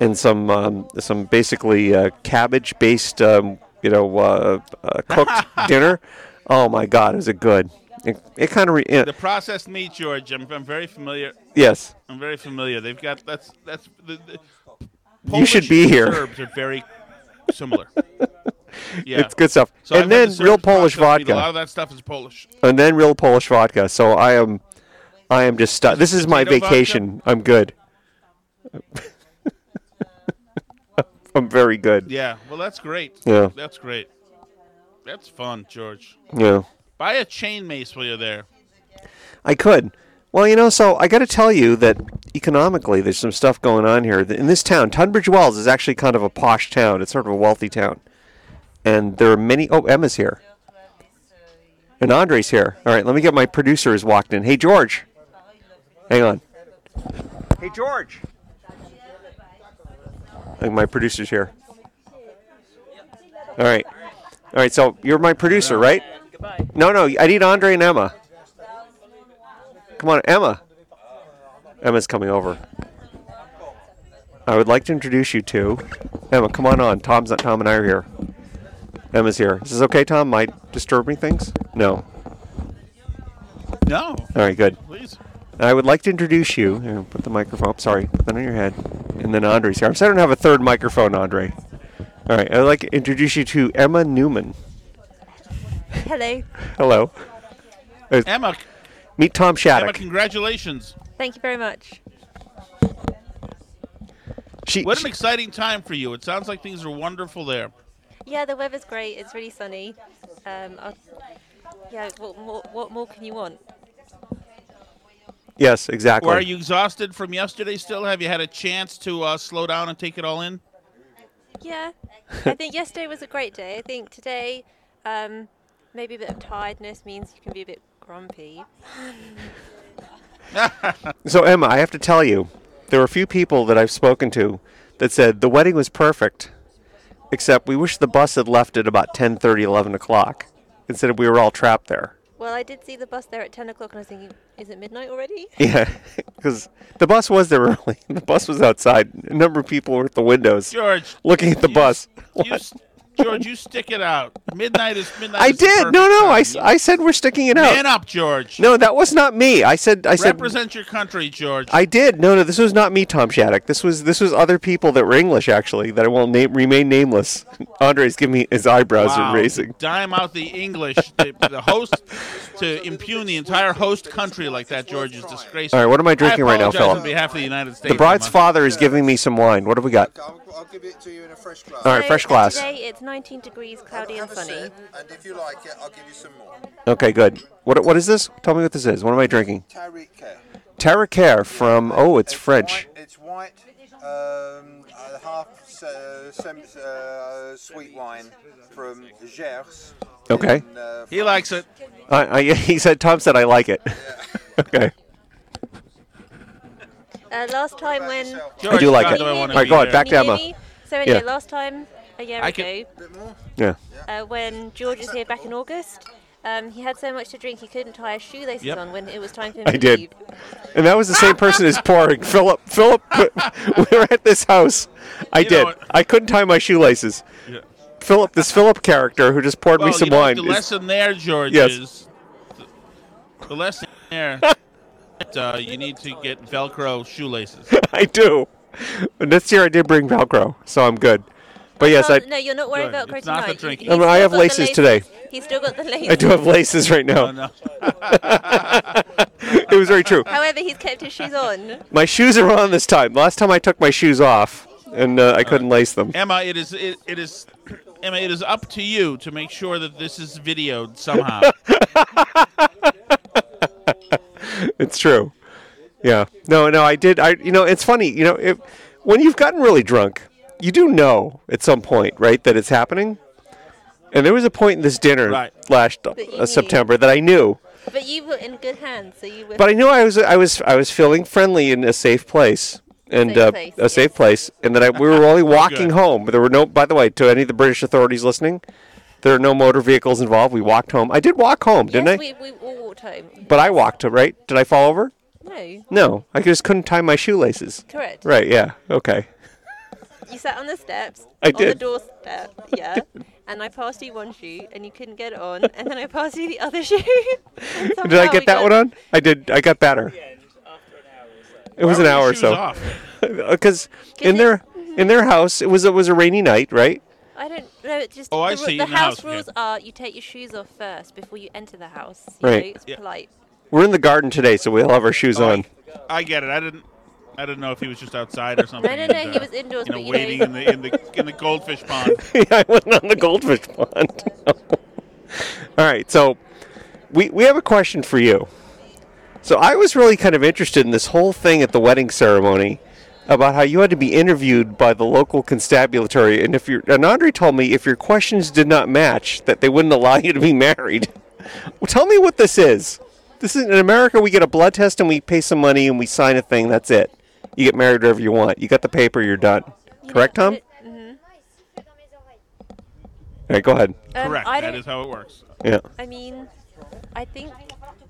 Speaker 1: and some um, some basically uh, cabbage based um, you know uh, uh, cooked dinner. Oh my God, is it good? It, it kind of re- you know-
Speaker 2: The processed meat, George. I'm, I'm very familiar.
Speaker 1: yes.
Speaker 2: I'm very familiar. They've got that's that's the, the
Speaker 1: You should be
Speaker 2: and
Speaker 1: here.
Speaker 2: Serbs are very similar. Yeah.
Speaker 1: It's good stuff.
Speaker 2: So I've
Speaker 1: and
Speaker 2: had
Speaker 1: then
Speaker 2: the Serbs
Speaker 1: real Polish
Speaker 2: processed meat.
Speaker 1: vodka.
Speaker 2: A lot of that stuff is Polish.
Speaker 1: and then real Polish vodka. So I am, I am just stu- this is my
Speaker 2: Potato vodka?
Speaker 1: vacation. I'm good. I'm very good.
Speaker 2: Yeah. Well, that's great.
Speaker 1: Yeah.
Speaker 2: That's great. That's fun, George.
Speaker 1: Yeah.
Speaker 2: Buy a chain mace while you're there.
Speaker 1: I could. Well, you know, so I got to tell you that economically, there's some stuff going on here. In this town, Tunbridge Wells is actually kind of a posh town. It's sort of a wealthy town, and there are many. Oh, Emma's here, and Andre's here. All right, let me get my producer has walked in. Hey, George, hang on. Hey, George. I think my producer's here. All right, all right. So you're my producer, right? No, no. I need Andre and Emma. Come on, Emma. Emma's coming over. I would like to introduce you to Emma. Come on on. Tom's not. Tom and I are here. Emma's here. Is this okay, Tom? Might disturb me things? No.
Speaker 2: No.
Speaker 1: All right, good.
Speaker 2: Please.
Speaker 1: I would like to introduce you. Here, put the microphone. Sorry, put that on your head. And then Andre's here. I'm sorry I don't have a third microphone, Andre. All right, I would like to introduce you to Emma Newman.
Speaker 4: Hello.
Speaker 1: Hello.
Speaker 2: Emma.
Speaker 1: Meet Tom
Speaker 2: Emma,
Speaker 1: Shattuck.
Speaker 2: congratulations.
Speaker 4: Thank you very much.
Speaker 1: She,
Speaker 2: What
Speaker 1: she-
Speaker 2: an exciting time for you. It sounds like things are wonderful there.
Speaker 4: Yeah, the weather's great. It's really sunny. Um, I'll, yeah, what more, what more can you want?
Speaker 1: yes, exactly.
Speaker 2: Or are you exhausted from yesterday still? Have you had a chance to uh, slow down and take it all in?
Speaker 4: Yeah, I think yesterday was a great day. I think today, um, maybe a bit of tiredness means you can be a bit grumpy.
Speaker 1: So Emma, I have to tell you, there were a few people that I've spoken to that said the wedding was perfect, except we wish the bus had left at about 10:30, 11 o'clock, instead of we were all trapped there.
Speaker 4: Well, I did see the bus there at 10 o'clock and I was thinking, is it midnight already?
Speaker 1: Yeah, because the bus was there early. The bus was outside. A number of people were at the windows
Speaker 2: George.
Speaker 1: looking at the
Speaker 2: you-
Speaker 1: bus.
Speaker 2: You,
Speaker 1: What?
Speaker 2: s- George, you stick it out. Midnight is midnight.
Speaker 1: I
Speaker 2: is the
Speaker 1: did.
Speaker 2: perfect
Speaker 1: No, no.
Speaker 2: time.
Speaker 1: I, s- I said we're sticking it
Speaker 2: Man
Speaker 1: out.
Speaker 2: up, George.
Speaker 1: No, that was not me. I said I said
Speaker 2: Represent your country, George.
Speaker 1: I did. No, no, this was not me, Tom Shattuck. This was this was other people that were English actually that I won't name, remain nameless. Andre's giving me his eyebrows
Speaker 2: wow.
Speaker 1: are raising.
Speaker 2: Dime out the English, the, the host, to impugn the entire host country like that, George, is disgraceful.
Speaker 1: All right, what am I drinking right now,
Speaker 2: apologize
Speaker 1: Philip?
Speaker 2: On behalf of the United States,
Speaker 1: The bride's
Speaker 2: Emma.
Speaker 1: father is giving me some wine. What have we got?
Speaker 5: I'll, I'll give it to you in a fresh glass.
Speaker 1: All right, fresh glass.
Speaker 4: Today it's 19 degrees, cloudy and
Speaker 5: Have a
Speaker 4: sunny.
Speaker 5: sip, and if you like it, I'll give you some more.
Speaker 1: Okay, good. What what is this? Tell me what this is. What am I drinking?
Speaker 5: Tariq Care.
Speaker 1: Terra Care from oh, it's French.
Speaker 5: White, it's white, um, uh, half uh, sem- uh, sweet wine from Gers.
Speaker 1: Okay.
Speaker 5: in, uh,
Speaker 2: He likes it.
Speaker 1: I, I, he said Tom said I like it. okay.
Speaker 4: Uh, last time when.
Speaker 5: Yourself,
Speaker 2: George,
Speaker 1: do like
Speaker 2: God,
Speaker 1: it.
Speaker 2: do I want to
Speaker 1: All right,
Speaker 2: be
Speaker 1: go on,
Speaker 2: there.
Speaker 1: back to
Speaker 4: Can you
Speaker 1: Emma.
Speaker 4: hear me? So, anyway,
Speaker 1: Yeah.
Speaker 4: last time, a year
Speaker 2: I
Speaker 4: ago,
Speaker 2: can-
Speaker 5: a bit more.
Speaker 1: Yeah.
Speaker 4: uh, when George was here back in August. Um, he had so much to drink he couldn't tie his shoelaces
Speaker 2: Yep.
Speaker 4: on when it was time for him
Speaker 1: I
Speaker 4: to
Speaker 1: did.
Speaker 4: leave.
Speaker 1: And that was the same person as pouring. Philip, Philip, we were at this house. I
Speaker 2: You know
Speaker 1: did.
Speaker 2: what?
Speaker 1: I couldn't tie my shoelaces.
Speaker 2: Yeah.
Speaker 1: Philip, this Philip character who just poured
Speaker 2: Well,
Speaker 1: me some
Speaker 2: you know,
Speaker 1: wine.
Speaker 2: The
Speaker 1: is-
Speaker 2: lesson there, George,
Speaker 1: Yes.
Speaker 2: is the, the lesson there. that, uh, you need to get Velcro shoelaces.
Speaker 1: I do. And this year I did bring Velcro, so I'm good. But yes,
Speaker 4: Oh,
Speaker 1: I,
Speaker 4: no, you're not worried
Speaker 2: Good.
Speaker 4: about Crow
Speaker 2: It's not the
Speaker 4: tonight.
Speaker 2: drinking.
Speaker 4: He's
Speaker 1: I mean, I
Speaker 4: still
Speaker 1: have
Speaker 4: got the
Speaker 1: laces today.
Speaker 4: He's still got the laces.
Speaker 1: I do have laces right
Speaker 2: Oh,
Speaker 1: now.
Speaker 2: no.
Speaker 1: It was very true.
Speaker 4: However, he's kept his shoes on.
Speaker 1: My shoes are on this time. Last time I took my shoes off, and uh, I couldn't lace them.
Speaker 2: Emma, it is it, it is Emma, it is up to you to make sure that this is videoed somehow.
Speaker 1: It's true. Yeah. No, no, I did. I, you know, it's funny. You know, if, when you've gotten really drunk, you do know at some point, right, that it's happening. And there was a point in this dinner
Speaker 2: Right.
Speaker 1: last uh,
Speaker 4: That you
Speaker 1: uh,
Speaker 4: knew.
Speaker 1: September that I knew,
Speaker 4: But you were in good hands, so you were.
Speaker 1: but I knew I was, I was, I was feeling friendly in a safe place. And
Speaker 4: Safe
Speaker 1: uh,
Speaker 4: place,
Speaker 1: a safe place, and that I, we were only walking
Speaker 2: Good.
Speaker 1: home. There were no. By the way, to any of the British authorities listening, there are no motor vehicles involved. We walked home. I did walk home,
Speaker 4: yes,
Speaker 1: didn't I?
Speaker 4: We, we all walked home.
Speaker 1: but I walked. Right? Did I fall over?
Speaker 4: No,
Speaker 1: No, I just couldn't tie my shoelaces.
Speaker 4: correct.
Speaker 1: Right, yeah. Okay.
Speaker 4: You sat on the steps.
Speaker 1: I
Speaker 4: on the
Speaker 1: did.
Speaker 4: doorstep. Yeah. And I passed you one shoe, and you couldn't get it on. And then I passed you the other shoe. and
Speaker 1: Did I
Speaker 4: somehow we
Speaker 1: get that
Speaker 4: got-
Speaker 1: one on? I did. I got better. It was an hour or
Speaker 2: Shoes
Speaker 1: so.
Speaker 2: off.
Speaker 1: Because in
Speaker 4: you- Mm-hmm.
Speaker 1: their in their house, it was it was a rainy night, right?
Speaker 4: I don't know. It's just
Speaker 2: Oh, I
Speaker 4: the, ru-
Speaker 2: see,
Speaker 4: the
Speaker 2: in the
Speaker 4: house,
Speaker 2: house, yeah.
Speaker 4: rules are you take your shoes off first before you enter the house. You
Speaker 1: Right.
Speaker 4: Know, it's
Speaker 2: Yeah.
Speaker 4: polite.
Speaker 1: We're in the garden today, so we all have our shoes
Speaker 2: Oh,
Speaker 1: on.
Speaker 2: I, I get it. I didn't I don't know if he was just outside or something.
Speaker 4: No, no,
Speaker 2: and,
Speaker 4: no,
Speaker 2: uh,
Speaker 4: he was indoors,
Speaker 2: You know,
Speaker 4: but, you know,
Speaker 2: waiting in the in the in the goldfish pond.
Speaker 1: I went on the goldfish pond. All right, so we we have a question for you. So I was really kind of interested in this whole thing at the wedding ceremony about how you had to be interviewed by the local constabulary, and if your and Andre told me if your questions did not match, that they wouldn't allow you to be married. Well, tell me what this is. This is in America. We get a blood test and we pay some money and we sign a thing. That's it. You get married wherever you want. You got the paper. You're done. Correct, Tom? All right, go ahead.
Speaker 4: Um,
Speaker 2: Correct.
Speaker 4: I
Speaker 2: that
Speaker 4: don't-
Speaker 2: is how it works.
Speaker 1: Yeah.
Speaker 4: I mean, I think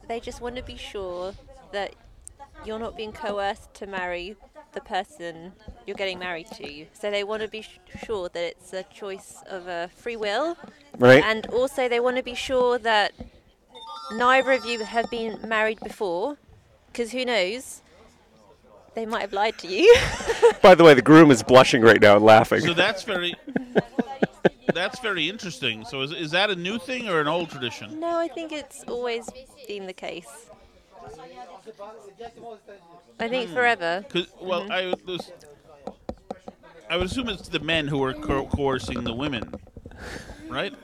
Speaker 4: they just want to be sure that you're not being coerced to marry the person you're getting married to. So they want to be sh- sure that it's a choice of a free will,
Speaker 1: Right.
Speaker 4: and also they want to be sure that neither of you have been married before, because who knows? They might have lied to you.
Speaker 1: By the way, the groom is blushing right now and laughing.
Speaker 2: So that's very that's very interesting. So is is that a new thing or an old tradition?
Speaker 4: no, I think it's always been the case. I think
Speaker 1: Hmm.
Speaker 4: forever.
Speaker 2: 'Cause- well, I
Speaker 4: Mm-hmm.
Speaker 2: would- this- I would assume it's the men who are co- coercing the women, right?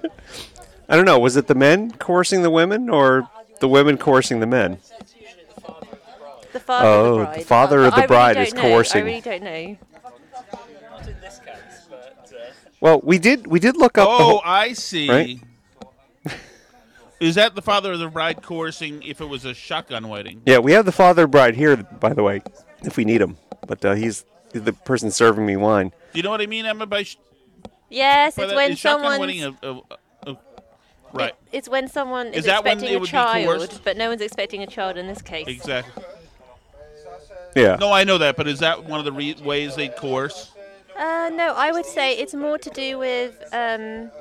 Speaker 1: I don't know. Was it the men coercing the women or the women coercing the men?
Speaker 4: The father
Speaker 1: Oh, the
Speaker 4: of the bride.
Speaker 1: father of
Speaker 4: But
Speaker 1: the
Speaker 4: I
Speaker 1: bride
Speaker 4: really
Speaker 1: is
Speaker 4: don't know.
Speaker 1: coercing.
Speaker 4: I really don't know.
Speaker 6: Not in this case, but uh,
Speaker 1: Well, we did we did look up. the
Speaker 2: Oh,
Speaker 1: whole-
Speaker 2: I see.
Speaker 1: Right?
Speaker 2: Is that the father of the bride coercing if it was a shotgun wedding?
Speaker 1: yeah, we have the father of bride here, by the way, if we need him. But uh, he's the person serving me wine.
Speaker 2: Do you know what I mean, Emma? By, sh-
Speaker 4: Yes,
Speaker 2: by
Speaker 4: it's
Speaker 2: that-
Speaker 4: when
Speaker 2: uh, is shotgun
Speaker 4: someone.
Speaker 2: wedding a, a, a, a- right?
Speaker 4: It's when someone is,
Speaker 2: Is that when
Speaker 4: expecting
Speaker 2: it
Speaker 4: a
Speaker 2: would be
Speaker 4: child,
Speaker 2: coerced?
Speaker 4: but no one's expecting a child in this case.
Speaker 2: Exactly.
Speaker 1: Yeah.
Speaker 2: No, I know that, but is that one of the re- ways they coerce?
Speaker 4: Uh, no, I would say it's more to do with. Um,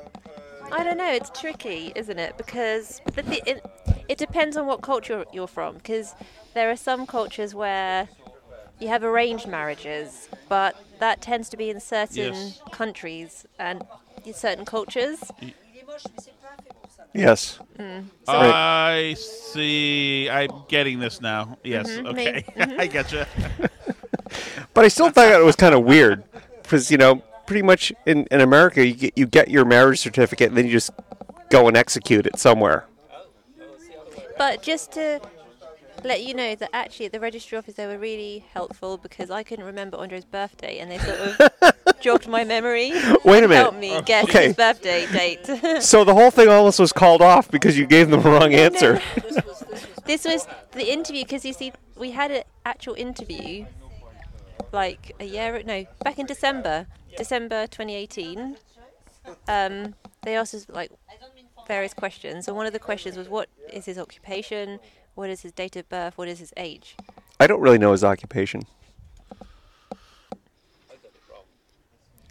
Speaker 4: I don't know. It's tricky, isn't it? Because the th- it, it depends on what culture you're from. Because there are some cultures where you have arranged marriages, but that tends to be in certain
Speaker 2: Yes.
Speaker 4: countries and in certain cultures.
Speaker 1: Yes.
Speaker 2: I see. I'm getting this now. Yes.
Speaker 4: Mm-hmm,
Speaker 2: Okay. I gotcha.
Speaker 1: But I still thought it was kind of weird because you know, pretty much in, in America, you get, you get your marriage certificate and then you just go and execute it somewhere.
Speaker 4: But just to let you know that actually at the registry office they were really helpful because I couldn't remember Andre's birthday and they sort of jogged my memory.
Speaker 1: Wait a
Speaker 4: Help
Speaker 1: minute.
Speaker 4: me guess
Speaker 1: Okay.
Speaker 4: his birthday date.
Speaker 1: So the whole thing almost was called off because you gave them the wrong answer.
Speaker 4: this was the interview because you see we had an actual interview like a year no back in December December 2018 um, they asked us like various questions and one of the questions was what is his occupation what is his date of birth what is his age
Speaker 1: I don't really know his occupation.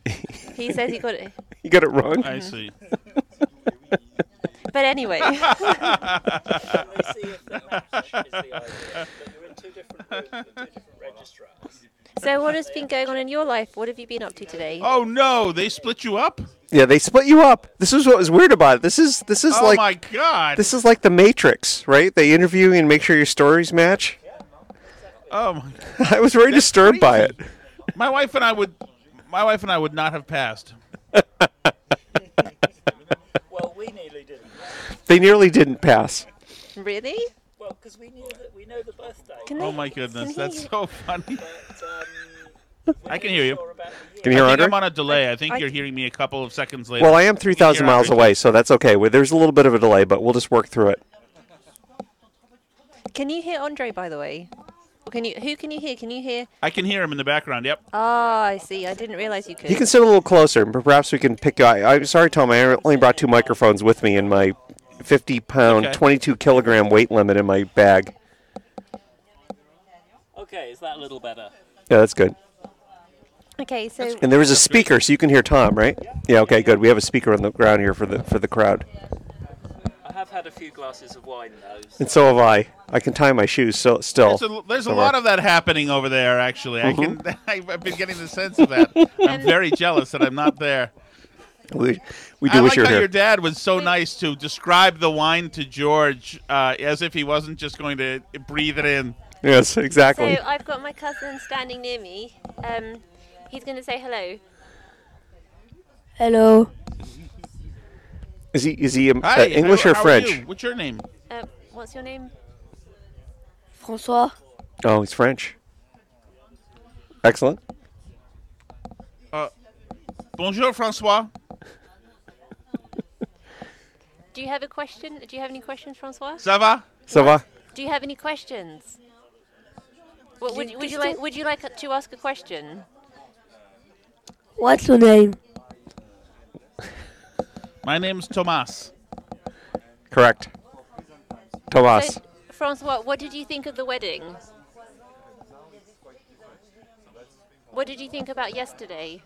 Speaker 4: he says he got it
Speaker 1: You got it wrong.
Speaker 2: I
Speaker 4: Mm-hmm.
Speaker 2: see.
Speaker 4: but anyway
Speaker 6: let's see if that match is the idea. But you're in two different rooms with two different registrars.
Speaker 4: so what has been going on in your life what have you been up to today
Speaker 2: Oh no! They split you up.
Speaker 1: Yeah, they split you up. This is what was weird about it. This is this is
Speaker 2: Oh
Speaker 1: like
Speaker 2: my god.
Speaker 1: this is like the Matrix, right? They interview you and make sure your stories match.
Speaker 2: oh my.
Speaker 1: I was very disturbed by it.
Speaker 2: My wife and I would. My wife and I would not have passed.
Speaker 6: Well, we nearly didn't.
Speaker 1: They nearly didn't pass.
Speaker 4: really
Speaker 6: Well, because we knew that we know the birthday.
Speaker 4: Can
Speaker 2: Oh
Speaker 4: they-
Speaker 2: my
Speaker 4: can
Speaker 2: goodness,
Speaker 4: he-
Speaker 2: that's so funny.
Speaker 6: But, um, we're
Speaker 2: I can
Speaker 6: not
Speaker 2: hear you.
Speaker 6: sure about the
Speaker 1: Can
Speaker 6: year.
Speaker 1: you hear
Speaker 2: I think
Speaker 1: Andre?
Speaker 2: I'm on a delay. I think
Speaker 4: I-
Speaker 2: you're hearing me a couple of seconds later.
Speaker 1: Well, I am three thousand
Speaker 2: Here,
Speaker 1: miles
Speaker 2: Andre.
Speaker 1: away, so that's okay. Well, There's a little bit of a delay, but we'll just work through it.
Speaker 4: can you hear Andre by the way Or can you who can you hear can you hear
Speaker 2: I can hear him in the background. Yep.
Speaker 4: Ah, I see. I didn't realize you could.
Speaker 1: You can sit a little closer, and perhaps we can pick. I, I'm sorry, Tom. I only brought two microphones with me in my fifty-pound,
Speaker 2: Okay.
Speaker 1: twenty-two kilogram weight limit in my bag.
Speaker 6: Okay, is that a little better?
Speaker 1: Yeah, that's good.
Speaker 4: okay, so
Speaker 1: And there is a speaker, so you can hear Tom, right? Yeah. Okay. Good. We have a speaker on the ground here for the for the crowd,
Speaker 6: I have had a few glasses of wine though. so-
Speaker 1: and so have I. I can tie my shoes. So Mm-hmm. still.
Speaker 2: There's a, there's a lot of that happening over there. Actually, I can. I've, I've been getting the sense of that. I'm very jealous that I'm not there.
Speaker 1: we we do
Speaker 2: I
Speaker 1: wish
Speaker 2: like
Speaker 1: you were
Speaker 2: how
Speaker 1: here.
Speaker 2: your dad was so nice to describe the wine to George uh, as if he wasn't just going to breathe it in.
Speaker 1: Yes, exactly.
Speaker 4: So I've got my cousin standing near me. Um, he's going to say hello.
Speaker 7: Hello.
Speaker 1: Is he is he um,
Speaker 2: Hi,
Speaker 1: uh, English
Speaker 2: how-
Speaker 1: or
Speaker 2: how are
Speaker 1: French?
Speaker 2: you? What's your name?
Speaker 4: Uh, what's your name?
Speaker 7: Francois.
Speaker 1: Oh, he's French. Excellent.
Speaker 2: Uh, Bonjour, Francois.
Speaker 4: Do you have a question? Do you have any questions, Francois?
Speaker 2: Ça va?
Speaker 1: Ça va?
Speaker 4: Do you have any questions? What, would, would you like? Would you like to ask a question?
Speaker 7: What's your name?
Speaker 2: My name's Thomas.
Speaker 1: Correct. Thomas.
Speaker 4: So, Francois, what did you think of the wedding? What did you think about yesterday?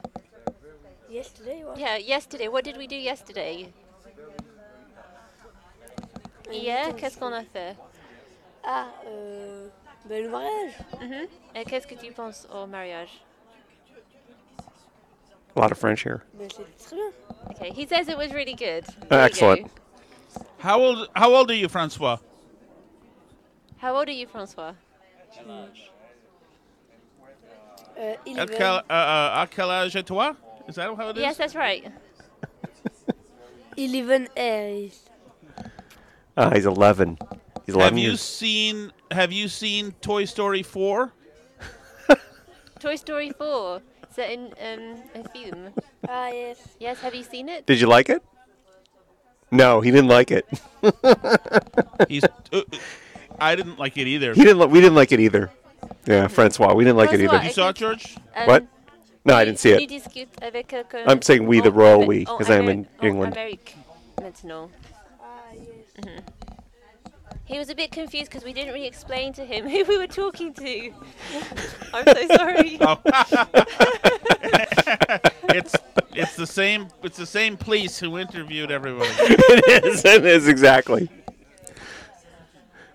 Speaker 7: Yesterday. What?
Speaker 4: Yeah, yesterday. What did we do yesterday? Yeah, qu'est-ce qu'on a fait?
Speaker 7: Ah, euh, ben, le mariage.
Speaker 4: Mhm. Et qu'est-ce que tu penses au mariage?
Speaker 1: A lot of French here.
Speaker 7: Ben, c'est très bien.
Speaker 4: Okay, he says it was really good. There you go.
Speaker 1: Excellent.
Speaker 2: How old How old are you, Francois?
Speaker 4: How old are you, Francois?
Speaker 7: Euh, il
Speaker 2: À quel, euh, euh, à quel âge est toi? Is that how it is?
Speaker 4: Yes, that's right.
Speaker 7: Eleven Aries.
Speaker 1: Uh, he's 11. He's 11
Speaker 2: Have you
Speaker 1: years.
Speaker 2: seen Have you seen Toy Story Four?
Speaker 4: Toy Story 4. Is that in um, a film?
Speaker 7: Ah, yes.
Speaker 4: Yes, have you seen it?
Speaker 1: Did you like it? No, he didn't like it.
Speaker 2: He's. uh, uh, I didn't like it either.
Speaker 1: He didn't. Li- we didn't like it either. Yeah, Francois. We didn't like it
Speaker 4: Francois,
Speaker 1: either.
Speaker 2: You saw it, George?
Speaker 4: Um,
Speaker 1: What? No, I didn't see
Speaker 4: Tu
Speaker 1: it.
Speaker 4: discutes avec quelqu'un
Speaker 1: I'm saying we, the
Speaker 4: en-
Speaker 1: royal
Speaker 4: en-
Speaker 1: we,
Speaker 4: en
Speaker 1: 'cause I'm in
Speaker 4: Ameri- en
Speaker 1: England.
Speaker 4: Amérique maintenant.
Speaker 7: Ah, yes.
Speaker 4: He was a bit confused because we didn't really explain to him who we were talking to. I'm so sorry.
Speaker 2: It's It's the same. It's the same police who interviewed everybody.
Speaker 1: it is. It is exactly.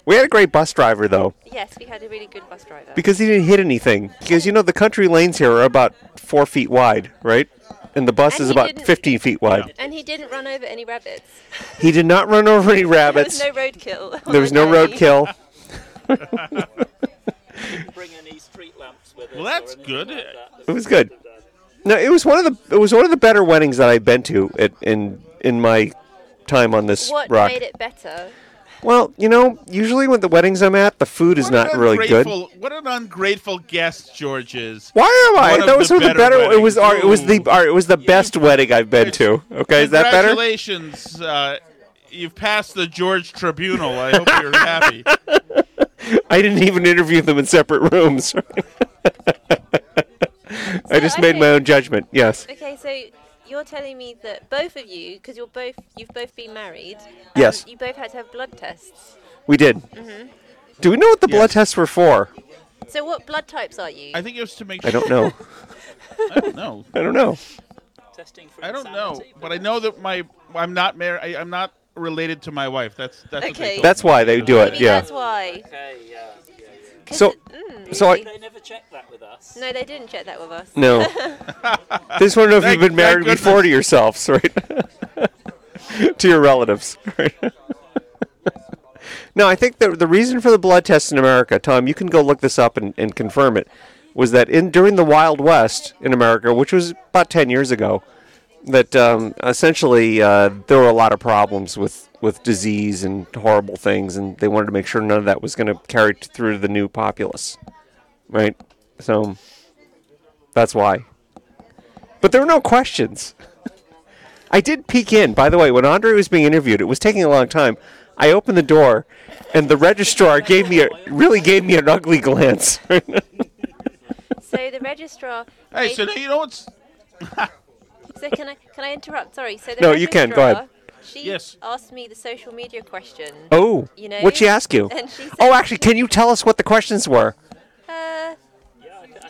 Speaker 1: We had a great bus driver though,
Speaker 4: Yes, we had a really good bus driver.
Speaker 1: because he didn't hit anything. Because you know the country lanes here are about four feet wide, right? And the bus
Speaker 4: And
Speaker 1: is
Speaker 4: he
Speaker 1: about
Speaker 4: didn't-
Speaker 1: 15 feet wide.
Speaker 4: and he didn't run over any rabbits.
Speaker 1: He did not run over any
Speaker 4: There was
Speaker 1: rabbits.
Speaker 4: no roadkill. on
Speaker 1: There was
Speaker 4: the
Speaker 1: no
Speaker 4: journey.
Speaker 1: roadkill.
Speaker 6: Didn't bring any street lamps with us.
Speaker 2: Well,
Speaker 6: or
Speaker 2: that's
Speaker 6: anything
Speaker 2: good.
Speaker 6: like that. uh,
Speaker 1: It was good. No, it was one of the it was one of the better weddings that I've been to at, in in my time on this
Speaker 4: What
Speaker 1: rock.
Speaker 4: made it better?
Speaker 1: Well, you know, usually when the weddings I'm at, the food is
Speaker 2: What
Speaker 1: not
Speaker 2: an
Speaker 1: really good.
Speaker 2: ungrateful- What an ungrateful guest George is.
Speaker 1: Why am I?
Speaker 2: One of
Speaker 1: that was
Speaker 2: the
Speaker 1: one of the
Speaker 2: better
Speaker 1: better. It was our, it was the
Speaker 2: weddings.
Speaker 1: our, it was the best wedding I've been to. Okay, is that better?
Speaker 2: Congratulations. Uh, you've passed the George Tribunal. I hope you're happy.
Speaker 1: I didn't even interview them in separate rooms. I just made my
Speaker 4: okay.
Speaker 1: own judgment. Yes.
Speaker 4: Okay, so you're telling me that both of you, because you're both, you've both been married. um,
Speaker 1: Yes.
Speaker 4: You both had to have blood tests.
Speaker 1: We did.
Speaker 4: Mm-hmm.
Speaker 1: Do we know what the blood tests were for?
Speaker 4: So what blood types are you?
Speaker 1: Uh,
Speaker 2: I think it was to make
Speaker 1: I
Speaker 2: sure.
Speaker 1: don't know.
Speaker 2: I don't know.
Speaker 1: I don't know.
Speaker 6: Testing for
Speaker 2: I don't know,
Speaker 6: insanity,
Speaker 2: but I know that my I'm not married. I'm not related to my wife. That's that's what they
Speaker 4: Okay.
Speaker 2: told
Speaker 1: That's why they do it.
Speaker 4: Maybe
Speaker 1: Yeah.
Speaker 4: that's why.
Speaker 6: Okay, uh, yeah, yeah, yeah.
Speaker 4: 'Cause
Speaker 1: So-
Speaker 4: it- mm,
Speaker 1: so I-
Speaker 4: really?
Speaker 6: They never checked that with us.
Speaker 4: no, they didn't check that with us.
Speaker 1: No. Just want to know if
Speaker 2: Thank-
Speaker 1: you've been
Speaker 2: thank
Speaker 1: married
Speaker 2: goodness.
Speaker 1: before to yourselves, right? to your relatives. Right? no, I think the the reason for the blood test in America, Tom, you can go look this up and, and confirm it, was that in during the Wild West in America, which was about ten years ago, that um, essentially uh, there were a lot of problems with, with disease and horrible things, and they wanted to make sure none of that was going to carry t- through to the new populace, right? So that's why. But there were no questions. I did peek in, by the way, when Andre was being interviewed. It was taking a long time. I opened the door, and the registrar gave me a really gave me an ugly glance.
Speaker 4: So the registrar.
Speaker 2: Hey,
Speaker 4: gave-
Speaker 2: so now you know what's
Speaker 4: So can I can I interrupt? Sorry. So the
Speaker 1: No, you can. Go ahead.
Speaker 4: registrar, She
Speaker 2: Yes.
Speaker 4: asked me the social media question.
Speaker 1: oh,
Speaker 4: You know,
Speaker 1: what'd she ask you?
Speaker 4: and she
Speaker 1: oh,
Speaker 4: said-
Speaker 1: actually, can you tell us what the questions were?
Speaker 4: Uh,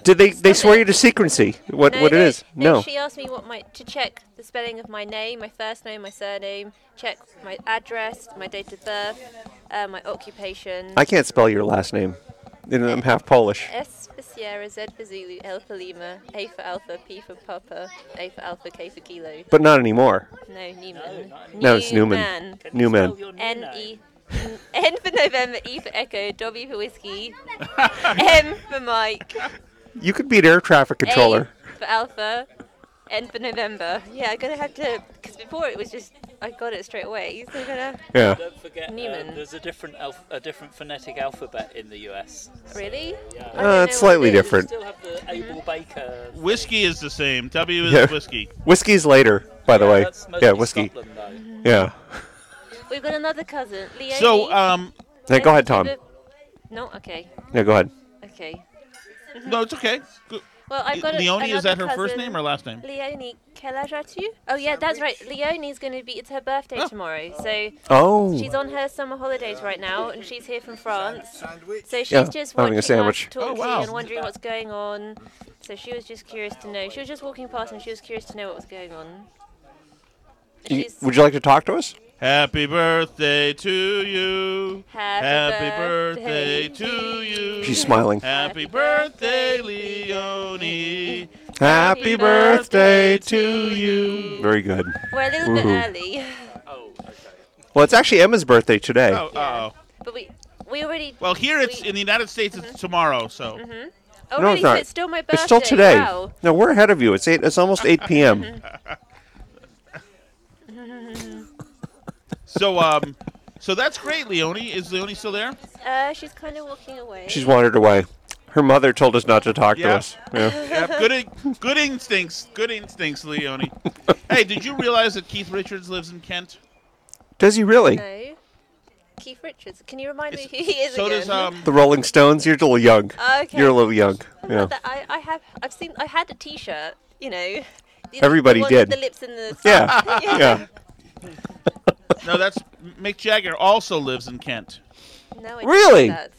Speaker 1: Did they they
Speaker 4: Stop
Speaker 1: swear
Speaker 4: it.
Speaker 1: you to secrecy? What
Speaker 4: no,
Speaker 1: what it
Speaker 4: no,
Speaker 1: is?
Speaker 4: no,
Speaker 1: No.
Speaker 4: She asked me what my to check the spelling of my name, my first name, my surname, check my address, my date of birth, uh, my occupation.
Speaker 1: I can't spell your last name. You know, I'm half Polish.
Speaker 4: S for Sierra, Z for Zulu, L for Lima, A for Alpha, P for Papa, A for Alpha, K for Kilo.
Speaker 1: But not anymore.
Speaker 4: No, Neiman.
Speaker 1: No, it's Newman.
Speaker 4: Newman.
Speaker 1: Newman.
Speaker 6: Spell your new
Speaker 4: N
Speaker 6: name.
Speaker 4: E N for November, E for Echo, W for Whiskey, M for Mike,
Speaker 1: You could be an air traffic controller.
Speaker 4: A for Alpha, N for November. Yeah, I'm gonna have to because before it was just I got it straight away. So I'm gonna
Speaker 1: Yeah.
Speaker 6: Don't forget, uh,
Speaker 4: Neiman.
Speaker 6: there's a different alph- a different phonetic alphabet in the US.
Speaker 4: really. I don't know
Speaker 1: Uh,
Speaker 4: what
Speaker 1: it's slightly
Speaker 4: it is.
Speaker 1: different.
Speaker 6: Still have
Speaker 4: Mm-hmm.
Speaker 6: the Abel Baker.
Speaker 2: Whiskey is the same. W is
Speaker 1: Yeah.
Speaker 2: whiskey.
Speaker 1: Whiskey's later, by the
Speaker 6: Yeah,
Speaker 1: way.
Speaker 6: that's mostly
Speaker 1: Yeah, whiskey.
Speaker 6: Scotland, though.
Speaker 1: Yeah.
Speaker 4: We've got another cousin, Leonie.
Speaker 2: So, um,
Speaker 1: Hey, uh, go ahead, Tom.
Speaker 4: No, okay,
Speaker 1: Yeah, go ahead.
Speaker 4: okay.
Speaker 2: no, it's okay. Go-
Speaker 4: Well, I've Mm-hmm. got a-
Speaker 2: Leonie, is that her
Speaker 4: another
Speaker 2: first
Speaker 4: cousin,
Speaker 2: name or last name?
Speaker 4: Leonie, quel âge as-tu? Oh yeah, that's right. Leonie's going to be, it's her birthday
Speaker 2: Oh.
Speaker 4: tomorrow. So
Speaker 1: Oh.
Speaker 4: she's on her summer holidays right now and she's here from France.
Speaker 5: Sandwich.
Speaker 4: So she's
Speaker 1: Yeah,
Speaker 4: just
Speaker 1: having
Speaker 4: watching
Speaker 1: a sandwich.
Speaker 4: us talking
Speaker 2: Oh, wow.
Speaker 4: and wondering what's going on. So she was just curious to know. She was just walking past and she was curious to know what was going on. And
Speaker 1: You-
Speaker 4: She's,
Speaker 1: would you like to talk to us?
Speaker 2: Happy birthday to you.
Speaker 4: Happy
Speaker 2: birthday
Speaker 4: birthday
Speaker 2: to you.
Speaker 1: She's smiling.
Speaker 2: Happy birthday, Leonie.
Speaker 1: Happy birthday
Speaker 4: birthday
Speaker 1: to you. Very good.
Speaker 4: we're a little bit
Speaker 1: Woohoo.
Speaker 4: early,
Speaker 6: Oh, okay.
Speaker 1: Well, it's actually Emma's birthday today.
Speaker 2: Oh, uh-oh.
Speaker 4: but we we already
Speaker 2: Well, here it's
Speaker 4: We-
Speaker 2: in the United States.
Speaker 4: Mm-hmm.
Speaker 2: It's tomorrow. So
Speaker 4: already
Speaker 1: no, it's
Speaker 4: so
Speaker 1: not.
Speaker 4: it's still my birthday.
Speaker 1: it's still today.
Speaker 4: Wow.
Speaker 1: No, we're ahead of you. It's eight. It's almost 8 p.m.
Speaker 2: so um, so that's great, Leonie. Is Leonie still there?
Speaker 4: Uh, she's kind of walking away.
Speaker 1: She's wandered away. Her mother told us not to talk to
Speaker 2: Yeah.
Speaker 1: us. Yeah.
Speaker 2: Yep. Good, in- good instincts. Good instincts, Leonie. hey, did you realize that Keith Richards lives in Kent?
Speaker 1: Does he really?
Speaker 4: No. Keith Richards. Can you remind me who
Speaker 2: It's-
Speaker 4: he is
Speaker 2: so
Speaker 4: again?
Speaker 2: does um.
Speaker 1: The Rolling Stones. You're a little young.
Speaker 4: Okay.
Speaker 1: You're a little young.
Speaker 4: I
Speaker 1: Yeah.
Speaker 4: love that. I, I have. I've seen. I had a T-shirt. You know. the-
Speaker 1: Everybody
Speaker 4: the one
Speaker 1: did.
Speaker 4: With the lips and the.
Speaker 1: Yeah. Yeah.
Speaker 2: No, that's Mick Jagger. Also lives in Kent.
Speaker 4: No, I didn't
Speaker 1: Really?
Speaker 4: know that.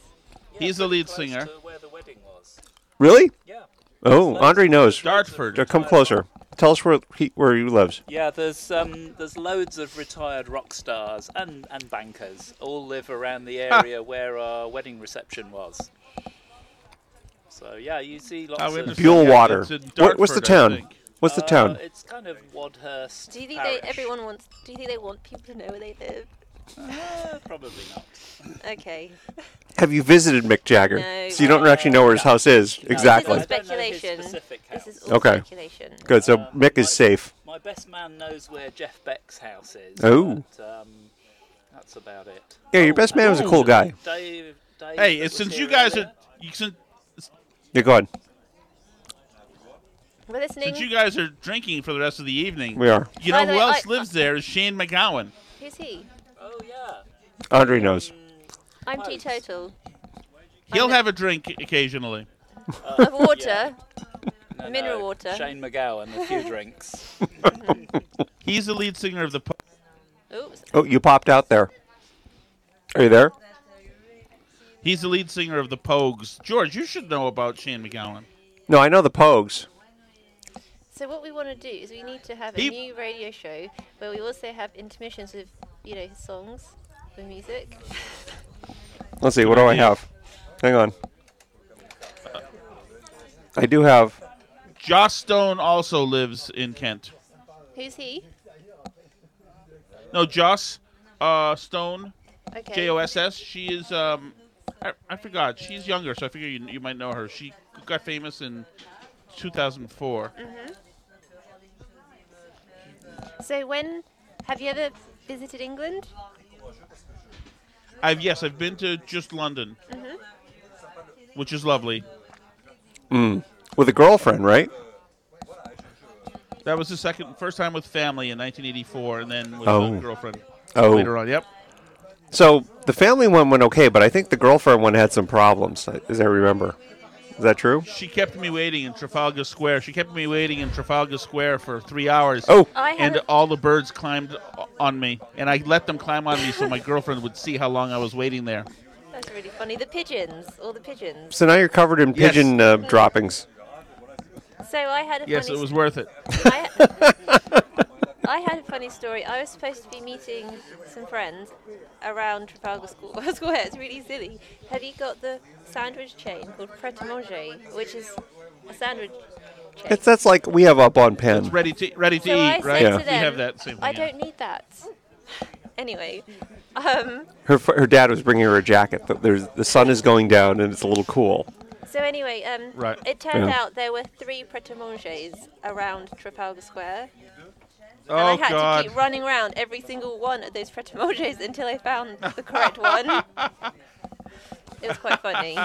Speaker 2: He's the
Speaker 6: pretty
Speaker 2: lead
Speaker 6: close
Speaker 2: singer.
Speaker 6: to where the wedding was.
Speaker 1: Really?
Speaker 6: Yeah.
Speaker 1: Oh, Andre knows.
Speaker 2: Dartford.
Speaker 1: Come closer. Tell us where he where he lives.
Speaker 6: Yeah, there's um, there's loads of retired rock stars and, and bankers all live around the area where our wedding reception was. So yeah, you see lots
Speaker 2: How
Speaker 6: of
Speaker 2: interesting.
Speaker 1: Buell
Speaker 2: Yeah,
Speaker 1: Water.
Speaker 2: it's in
Speaker 1: What, what's the
Speaker 2: Dartford, I
Speaker 1: town?
Speaker 2: think.
Speaker 1: What's the
Speaker 6: Uh,
Speaker 1: town?
Speaker 6: It's kind of Wadhurst.
Speaker 4: Do you think
Speaker 6: parish.
Speaker 4: they? Everyone wants. Do you think they want people to know where they live?
Speaker 6: Uh, probably not.
Speaker 4: Okay.
Speaker 1: Have you visited Mick Jagger?
Speaker 4: No.
Speaker 1: So you don't actually know where his house is. Exactly.
Speaker 6: I don't know his
Speaker 4: Speculation.
Speaker 6: specific
Speaker 4: This
Speaker 6: house.
Speaker 4: is all
Speaker 1: Okay.
Speaker 4: speculation.
Speaker 1: Good. So
Speaker 6: Um,
Speaker 1: Mick is
Speaker 6: I-
Speaker 1: safe.
Speaker 6: My best man knows where Jeff Beck's house is.
Speaker 1: Oh.
Speaker 6: but, um, that's about it.
Speaker 1: Yeah, your best man was a cool guy.
Speaker 6: Dave. Dave
Speaker 2: Hey,
Speaker 6: that
Speaker 2: it's
Speaker 6: was
Speaker 2: since
Speaker 6: here
Speaker 2: you guys
Speaker 6: earlier.
Speaker 2: are you, since,
Speaker 1: Yeah, go ahead.
Speaker 4: We're listening.
Speaker 2: since you guys are drinking for the rest of the evening.
Speaker 1: We are.
Speaker 2: You
Speaker 4: By
Speaker 2: know
Speaker 4: the
Speaker 2: who
Speaker 4: way,
Speaker 2: else
Speaker 4: I-
Speaker 2: lives there is Shane McGowan.
Speaker 4: Who's he?
Speaker 6: Oh yeah.
Speaker 1: Andre knows.
Speaker 4: I'm
Speaker 6: Close.
Speaker 4: teetotal.
Speaker 2: He'll
Speaker 4: know-
Speaker 2: have a drink occasionally.
Speaker 6: Uh,
Speaker 4: Of water.
Speaker 6: No,
Speaker 4: Mineral
Speaker 6: no,
Speaker 4: water.
Speaker 6: Shane McGowan, a few drinks.
Speaker 2: He's the lead singer of the. Po-
Speaker 4: Oops.
Speaker 1: Oh, you popped out there. Are you there?
Speaker 2: he's the lead singer of the Pogues. George, you should know about Shane McGowan.
Speaker 1: No, I know the Pogues.
Speaker 4: So what we want to do is we need to have a
Speaker 2: He-
Speaker 4: new radio show where we also have intermissions with you know his songs, the music.
Speaker 1: Let's see. What do I have? Hang on. I do have.
Speaker 2: Joss Stone also lives in Kent.
Speaker 4: Who's he?
Speaker 2: No, Joss uh, Stone,
Speaker 4: Okay.
Speaker 2: J O S S. She is. Um, I, I forgot. She's younger, so I figure you, you might know her. She got famous in 2004.
Speaker 4: So when have you ever visited England?
Speaker 2: I've yes, I've been to just London, which is lovely.
Speaker 1: With a girlfriend, right?
Speaker 2: That was the second, first time with family in 1984, and then with
Speaker 1: Oh.
Speaker 2: a girlfriend later
Speaker 1: Oh.
Speaker 2: on. Yep.
Speaker 1: So the family one went okay, but I think the girlfriend one had some problems, as I remember. Is that true?
Speaker 2: She kept me waiting in Trafalgar Square. She kept me waiting in Trafalgar Square for three hours.
Speaker 1: Oh.
Speaker 4: I
Speaker 2: and
Speaker 4: haven't-
Speaker 2: all the birds climbed o- on me, and I let them climb on me so my girlfriend would see how long I was waiting there.
Speaker 4: That's really funny. The pigeons, all the pigeons.
Speaker 1: So now you're covered in
Speaker 2: Yes.
Speaker 1: pigeon uh, droppings.
Speaker 4: So I had a
Speaker 2: Yes,
Speaker 4: funny
Speaker 2: it was worth it.
Speaker 4: I, I had a funny story. I was supposed to be meeting some friends around Trafalgar Squ- Square. It's really silly. Have you got the sandwich chain called Pret a Manger, which is a sandwich chain?
Speaker 1: It's that's like we have up on
Speaker 2: It's
Speaker 1: Penn.
Speaker 2: ready to ready to
Speaker 4: so I
Speaker 2: eat,
Speaker 4: said
Speaker 2: right?
Speaker 1: Yeah.
Speaker 4: to them,
Speaker 2: We have that same thing.
Speaker 4: I
Speaker 2: yeah.
Speaker 4: don't need that. Anyway, um,
Speaker 1: Her f- her dad was bringing her a jacket, but there's the sun is going down and it's a little cool.
Speaker 4: so anyway, um,
Speaker 2: Right.
Speaker 4: it turned
Speaker 1: Yeah.
Speaker 4: out there were three Pret-a-Manger's around Trafalgar Square,
Speaker 2: Oh
Speaker 4: and I had
Speaker 2: God.
Speaker 4: to keep running around every single one of those Pret-a-Manger's until I found the correct one. It was quite funny.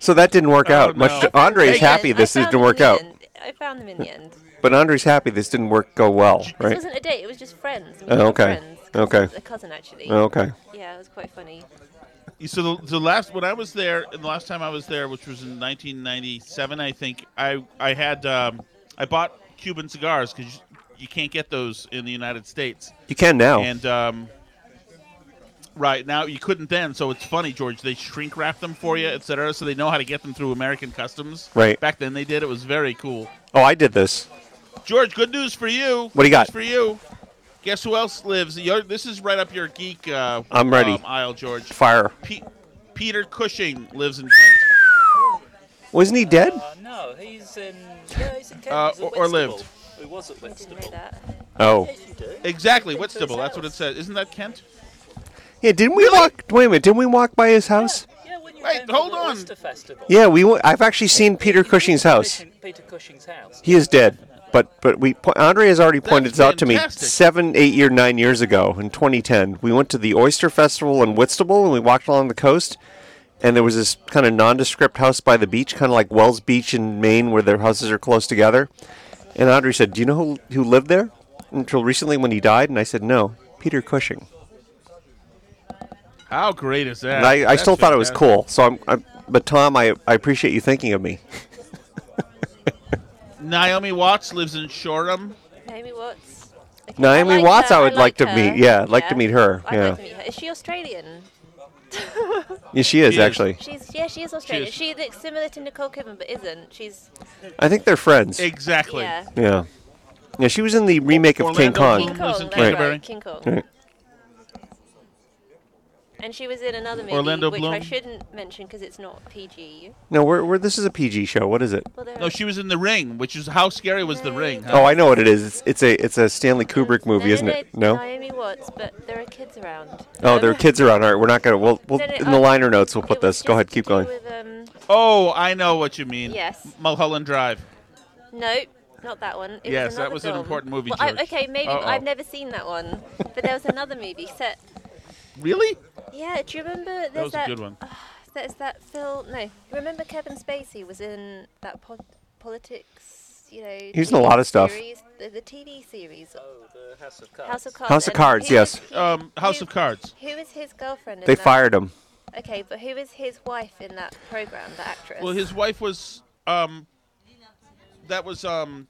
Speaker 1: So that didn't work
Speaker 2: Oh,
Speaker 1: out. Much
Speaker 2: no.
Speaker 1: to Andre's
Speaker 4: I
Speaker 1: happy
Speaker 4: found-
Speaker 1: this
Speaker 4: I found
Speaker 1: didn't
Speaker 4: them
Speaker 1: work
Speaker 4: in the
Speaker 1: out,
Speaker 4: end. I found them in the end.
Speaker 1: but Andre's happy this didn't work go well,
Speaker 4: This
Speaker 1: right?
Speaker 4: wasn't a date. It was just friends. We
Speaker 1: Oh,
Speaker 4: were
Speaker 1: okay.
Speaker 4: Friends.
Speaker 1: Okay.
Speaker 4: Cousins- A cousin, actually.
Speaker 1: Okay.
Speaker 4: Yeah, it was quite funny.
Speaker 2: So the, the last when I was there, and the last time I was there, which was in 1997, I think I I had um, I bought Cuban cigars because you, you can't get those in the United States,
Speaker 1: You can now.
Speaker 2: and um, right now you couldn't then. So it's funny, George. They shrink wrap them for you, etc. So they know how to get them through American customs.
Speaker 1: Right.
Speaker 2: back then they did. It was very cool.
Speaker 1: oh, I did this.
Speaker 2: George, good news for you.
Speaker 1: What do you got?
Speaker 2: Good news for you? Guess who else lives? Your- this is right up your geek. Uh,
Speaker 1: I'm ready.
Speaker 2: um, aisle, George.
Speaker 1: Fire.
Speaker 2: Pe- Peter Cushing lives in Kent,
Speaker 1: Wasn't he dead?
Speaker 6: Uh, no, he's in. Yeah, he's in Kent.
Speaker 2: Uh,
Speaker 6: he's at
Speaker 2: or- or lived.
Speaker 6: Whitstable. He was at
Speaker 4: I didn't know
Speaker 6: Whitstable.
Speaker 4: that.
Speaker 1: Oh.
Speaker 6: Yes, you do.
Speaker 2: Exactly,
Speaker 6: Been to his
Speaker 2: Whitstable. That's what it
Speaker 6: house.
Speaker 2: says. Isn't that Kent?
Speaker 1: Yeah, didn't we walk? Wait a minute, didn't we walk by his house?
Speaker 6: Yeah, when you
Speaker 2: Wait,
Speaker 6: came to
Speaker 2: hold
Speaker 6: the
Speaker 2: on.
Speaker 6: Oyster Festival.
Speaker 1: Yeah, we. wa- I've actually seen Peter
Speaker 6: You- you
Speaker 1: Cushing's
Speaker 6: were at
Speaker 1: house.
Speaker 6: Cushing- Peter Cushing's house.
Speaker 1: He is dead, but but we. po- Andre has already pointed
Speaker 2: That's
Speaker 1: this out to me
Speaker 2: fantastic.
Speaker 1: seven, eight, year, nine years ago in 2010. We went to the Oyster Festival in Whitstable, and we walked along the coast, and there was this kind of nondescript house by the beach, kind of like Wells Beach in Maine, where their houses are close together. And Andre said, "Do you know who who lived there until recently when he died?" And I said, "No, Peter Cushing."
Speaker 2: How great is that?
Speaker 1: And I, I
Speaker 2: That's
Speaker 1: still thought it was
Speaker 2: fantastic.
Speaker 1: cool. So I'm, I'm but Tom, I, I appreciate you thinking of me.
Speaker 2: Naomi Watts lives in Shoreham.
Speaker 4: Naomi Watts. Okay,
Speaker 1: Naomi
Speaker 4: like
Speaker 1: Watts,
Speaker 4: her,
Speaker 1: I would like to
Speaker 4: her.
Speaker 1: meet. Yeah, I'd like to meet her.
Speaker 4: I'd
Speaker 1: Yeah.
Speaker 4: like to meet her. Is she Australian?
Speaker 1: Yeah, she is
Speaker 2: She is.
Speaker 1: actually.
Speaker 4: She's yeah, she is Australian.
Speaker 2: is.
Speaker 4: She looks similar to Nicole Kidman, but isn't. She's
Speaker 1: I think they're friends.
Speaker 2: Exactly.
Speaker 4: yeah.
Speaker 1: Yeah. Yeah, she was in the remake of King
Speaker 2: Orlando
Speaker 1: Kong.
Speaker 4: King
Speaker 2: Bloom lives in
Speaker 4: Kong, that's
Speaker 2: Canterbury.
Speaker 4: right. King Kong.
Speaker 1: Right.
Speaker 4: And she was in another movie,
Speaker 2: Orlando
Speaker 4: which I
Speaker 2: Bloom.
Speaker 4: shouldn't mention because it's not PG.
Speaker 1: No, we're, we're this is a PG show. What is it?
Speaker 4: Well, there
Speaker 2: No,
Speaker 4: are-
Speaker 2: she was in The Ring, which is how scary was The Ring. Huh?
Speaker 1: Oh, I know what it is. It's, it's a it's a Stanley Kubrick
Speaker 4: No,
Speaker 1: movie,
Speaker 4: no,
Speaker 1: isn't
Speaker 4: no,
Speaker 1: it? No.
Speaker 4: Naomi Watts, but there are kids around.
Speaker 1: Oh, their kids are on. All right, we're not gonna. We'll, we'll
Speaker 4: No, no,
Speaker 1: in the
Speaker 4: uh,
Speaker 1: liner notes we'll
Speaker 4: It
Speaker 1: put
Speaker 4: was
Speaker 1: this. Go
Speaker 4: just
Speaker 1: ahead,
Speaker 4: to
Speaker 1: keep
Speaker 4: do
Speaker 1: going.
Speaker 4: with, um,
Speaker 2: Oh, I know what you mean.
Speaker 4: Yes.
Speaker 2: Mulholland Drive.
Speaker 4: no, not that one. It
Speaker 2: Yes,
Speaker 4: was
Speaker 2: that
Speaker 4: another
Speaker 2: was an
Speaker 4: film.
Speaker 2: important movie,
Speaker 4: Well, I,
Speaker 2: George.
Speaker 4: okay, maybe
Speaker 2: Uh-oh.
Speaker 4: I've never seen that one, but there was another movie set.
Speaker 2: Really?
Speaker 4: Yeah, do you remember? There's
Speaker 2: That was
Speaker 4: that
Speaker 2: a good one.
Speaker 4: There's that Phil. No, remember Kevin Spacey was in that po- politics. You know,
Speaker 1: He's in a lot of stuff.
Speaker 4: Series, the, the TV series
Speaker 6: Oh, the House of Cards.
Speaker 4: House of Cards.
Speaker 1: House of
Speaker 4: and
Speaker 1: Cards,
Speaker 4: who was-
Speaker 1: yes.
Speaker 4: who-
Speaker 2: Um, House
Speaker 4: who-
Speaker 2: of Cards.
Speaker 4: Who is his girlfriend? In
Speaker 1: They
Speaker 4: that?
Speaker 1: fired him.
Speaker 4: Okay, but who is his wife in that program? The actress.
Speaker 2: Well, his wife was. Um, that was um,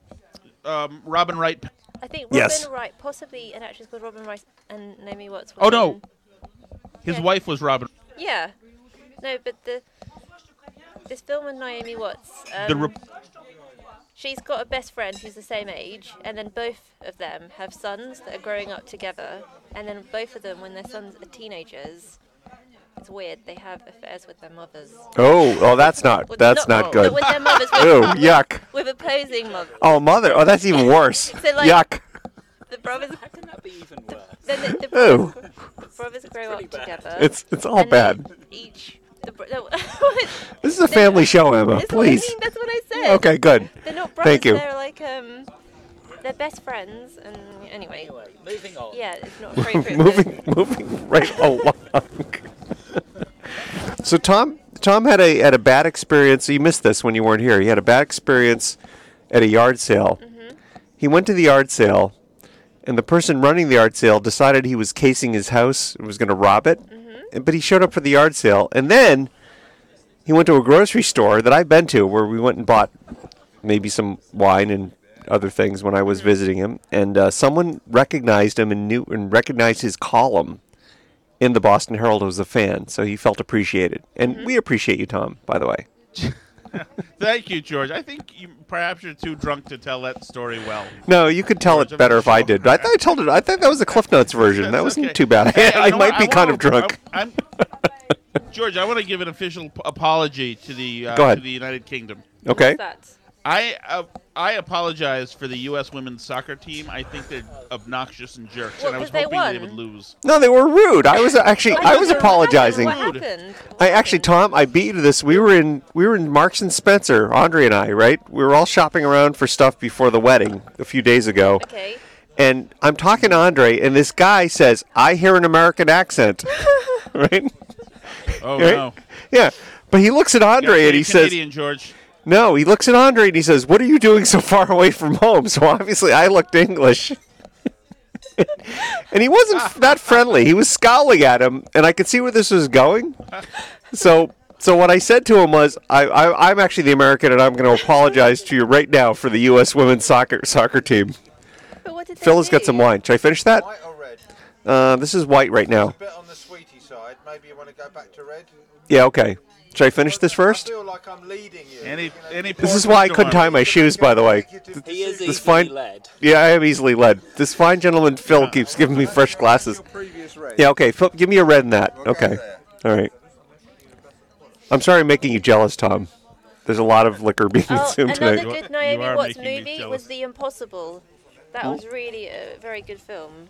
Speaker 2: um, Robin Wright.
Speaker 4: I think Robin
Speaker 1: Yes.
Speaker 4: Wright, possibly an actress called Robin Wright and Naomi Watts.
Speaker 2: Oh,
Speaker 4: was
Speaker 2: no.
Speaker 4: in-
Speaker 2: His
Speaker 4: Yeah.
Speaker 2: wife was Robin.
Speaker 4: Yeah. No, but the this film with Naomi Watts. Um,
Speaker 2: The rep-
Speaker 4: she's got a best friend who's the same age, and then both of them have sons that are growing up together, and then both of them, when their sons are teenagers, it's weird they have affairs with their mothers.
Speaker 1: Oh, oh, that's not
Speaker 4: With-
Speaker 1: that's not good.
Speaker 4: With their mothers,
Speaker 1: Oh,
Speaker 4: with,
Speaker 1: yuck.
Speaker 4: with opposing mothers.
Speaker 1: Oh, mother. Oh, that's even worse.
Speaker 4: So, like-
Speaker 1: yuck.
Speaker 4: The brothers,
Speaker 6: How can that be even worse?
Speaker 4: then the, the
Speaker 1: Oh,
Speaker 4: brothers, brothers grow
Speaker 6: pretty
Speaker 4: up
Speaker 6: bad.
Speaker 4: together.
Speaker 1: it's it's all
Speaker 4: Oh. and they
Speaker 1: bad.
Speaker 4: Each. The, bro- no,
Speaker 1: This is a family show, Emma.
Speaker 4: That's what I
Speaker 1: Please.
Speaker 4: mean, that's what I said.
Speaker 1: Okay, good.
Speaker 4: They're not brothers.
Speaker 1: Thank you.
Speaker 4: They're like um, they're best friends. And anyway,
Speaker 6: Anyway, moving on.
Speaker 4: yeah, it's not appropriate.
Speaker 1: moving moving right along. so Tom Tom had a had a bad experience. You missed this when you weren't here. He had a bad experience at a yard sale. He went to the yard sale, and the person running the yard sale decided he was casing his house and was going to rob it. And- But he showed up for the yard sale, and then he went to a grocery store that I've been to, where we went and bought maybe some wine and other things when I was visiting him, and uh, someone recognized him and knew and recognized his column in the Boston Herald as a fan, so he felt appreciated, and we appreciate you, Tom, by the way.
Speaker 2: Thank you, George. I think you, perhaps you're too drunk to tell that story well.
Speaker 1: No, you could tell
Speaker 2: George,
Speaker 1: it
Speaker 2: I'm
Speaker 1: better
Speaker 2: not
Speaker 1: if I
Speaker 2: sure.
Speaker 1: did. But I thought I told it. I thought that was a Cliff Notes version. that
Speaker 2: That's
Speaker 1: wasn't
Speaker 2: okay.
Speaker 1: too bad.
Speaker 2: Hey,
Speaker 1: I,
Speaker 2: you know what?
Speaker 1: might be
Speaker 2: I
Speaker 1: kind
Speaker 2: wanna-
Speaker 1: of drunk.
Speaker 2: I- I'm- George, I want to give an official p- apology to the uh,
Speaker 1: Go ahead.
Speaker 2: to the United Kingdom.
Speaker 1: okay.
Speaker 4: That.
Speaker 2: I uh, I apologize for the U.S. women's soccer team. I think they're obnoxious and jerks,
Speaker 4: Well,
Speaker 2: and I was
Speaker 4: 'cause they
Speaker 2: hoping they
Speaker 4: won.
Speaker 2: would lose.
Speaker 1: No, they were rude. I was actually I was
Speaker 4: What
Speaker 1: apologizing.
Speaker 4: happened? What happened?
Speaker 1: I actually, Tom, I beat you to this. We were in we were in Marks and Spencer, Andre and I, right? We were all shopping around for stuff before the wedding a few days ago.
Speaker 4: Okay.
Speaker 1: And I'm talking to Andre, and this guy says, "I hear an American accent," right?
Speaker 2: Oh
Speaker 1: Right?
Speaker 2: no,
Speaker 1: Yeah. But he looks at
Speaker 2: Gotta
Speaker 1: Andre
Speaker 2: be
Speaker 1: and
Speaker 2: a
Speaker 1: he says,
Speaker 2: Canadian, George.
Speaker 1: No, he looks at Andre and he says, What are you doing so far away from home? So obviously I looked English. and he wasn't f- that friendly. He was scowling at him, and I could see where this was going. So so what I said to him was, I, I, I'm actually the American, and I'm going to apologize to you right now for the U.S. women's soccer soccer team.
Speaker 4: But what did they
Speaker 1: Phil has got
Speaker 4: do?
Speaker 1: some wine. Should I finish that?
Speaker 5: White or red?
Speaker 1: Uh, this is white right now.
Speaker 5: A bit on the sweetie side. Maybe you want to go back to red.
Speaker 1: Yeah, okay. Should I finish this
Speaker 5: I
Speaker 1: first?
Speaker 5: feel like I'm leading you.
Speaker 2: Any
Speaker 5: You know,
Speaker 2: any.
Speaker 1: This is why I couldn't tie my shoes, by the way.
Speaker 5: executive
Speaker 6: He is
Speaker 5: decision.
Speaker 6: easily
Speaker 1: fine.
Speaker 6: led.
Speaker 1: Yeah, I am easily led. This fine gentleman Phil keeps giving me fresh glasses.
Speaker 5: Your previous red.
Speaker 1: Yeah, okay. Phil, give me a red in that.
Speaker 5: We'll go
Speaker 1: Okay.
Speaker 5: there.
Speaker 1: All right. I'm sorry I'm making you jealous, Tom. There's a lot of liquor being
Speaker 4: Oh,
Speaker 1: consumed
Speaker 4: another
Speaker 1: today.
Speaker 2: You are-
Speaker 4: good Naomi
Speaker 2: you are
Speaker 4: Watts
Speaker 2: making me
Speaker 4: movie
Speaker 2: jealous.
Speaker 4: was The Impossible. That was really a very good film.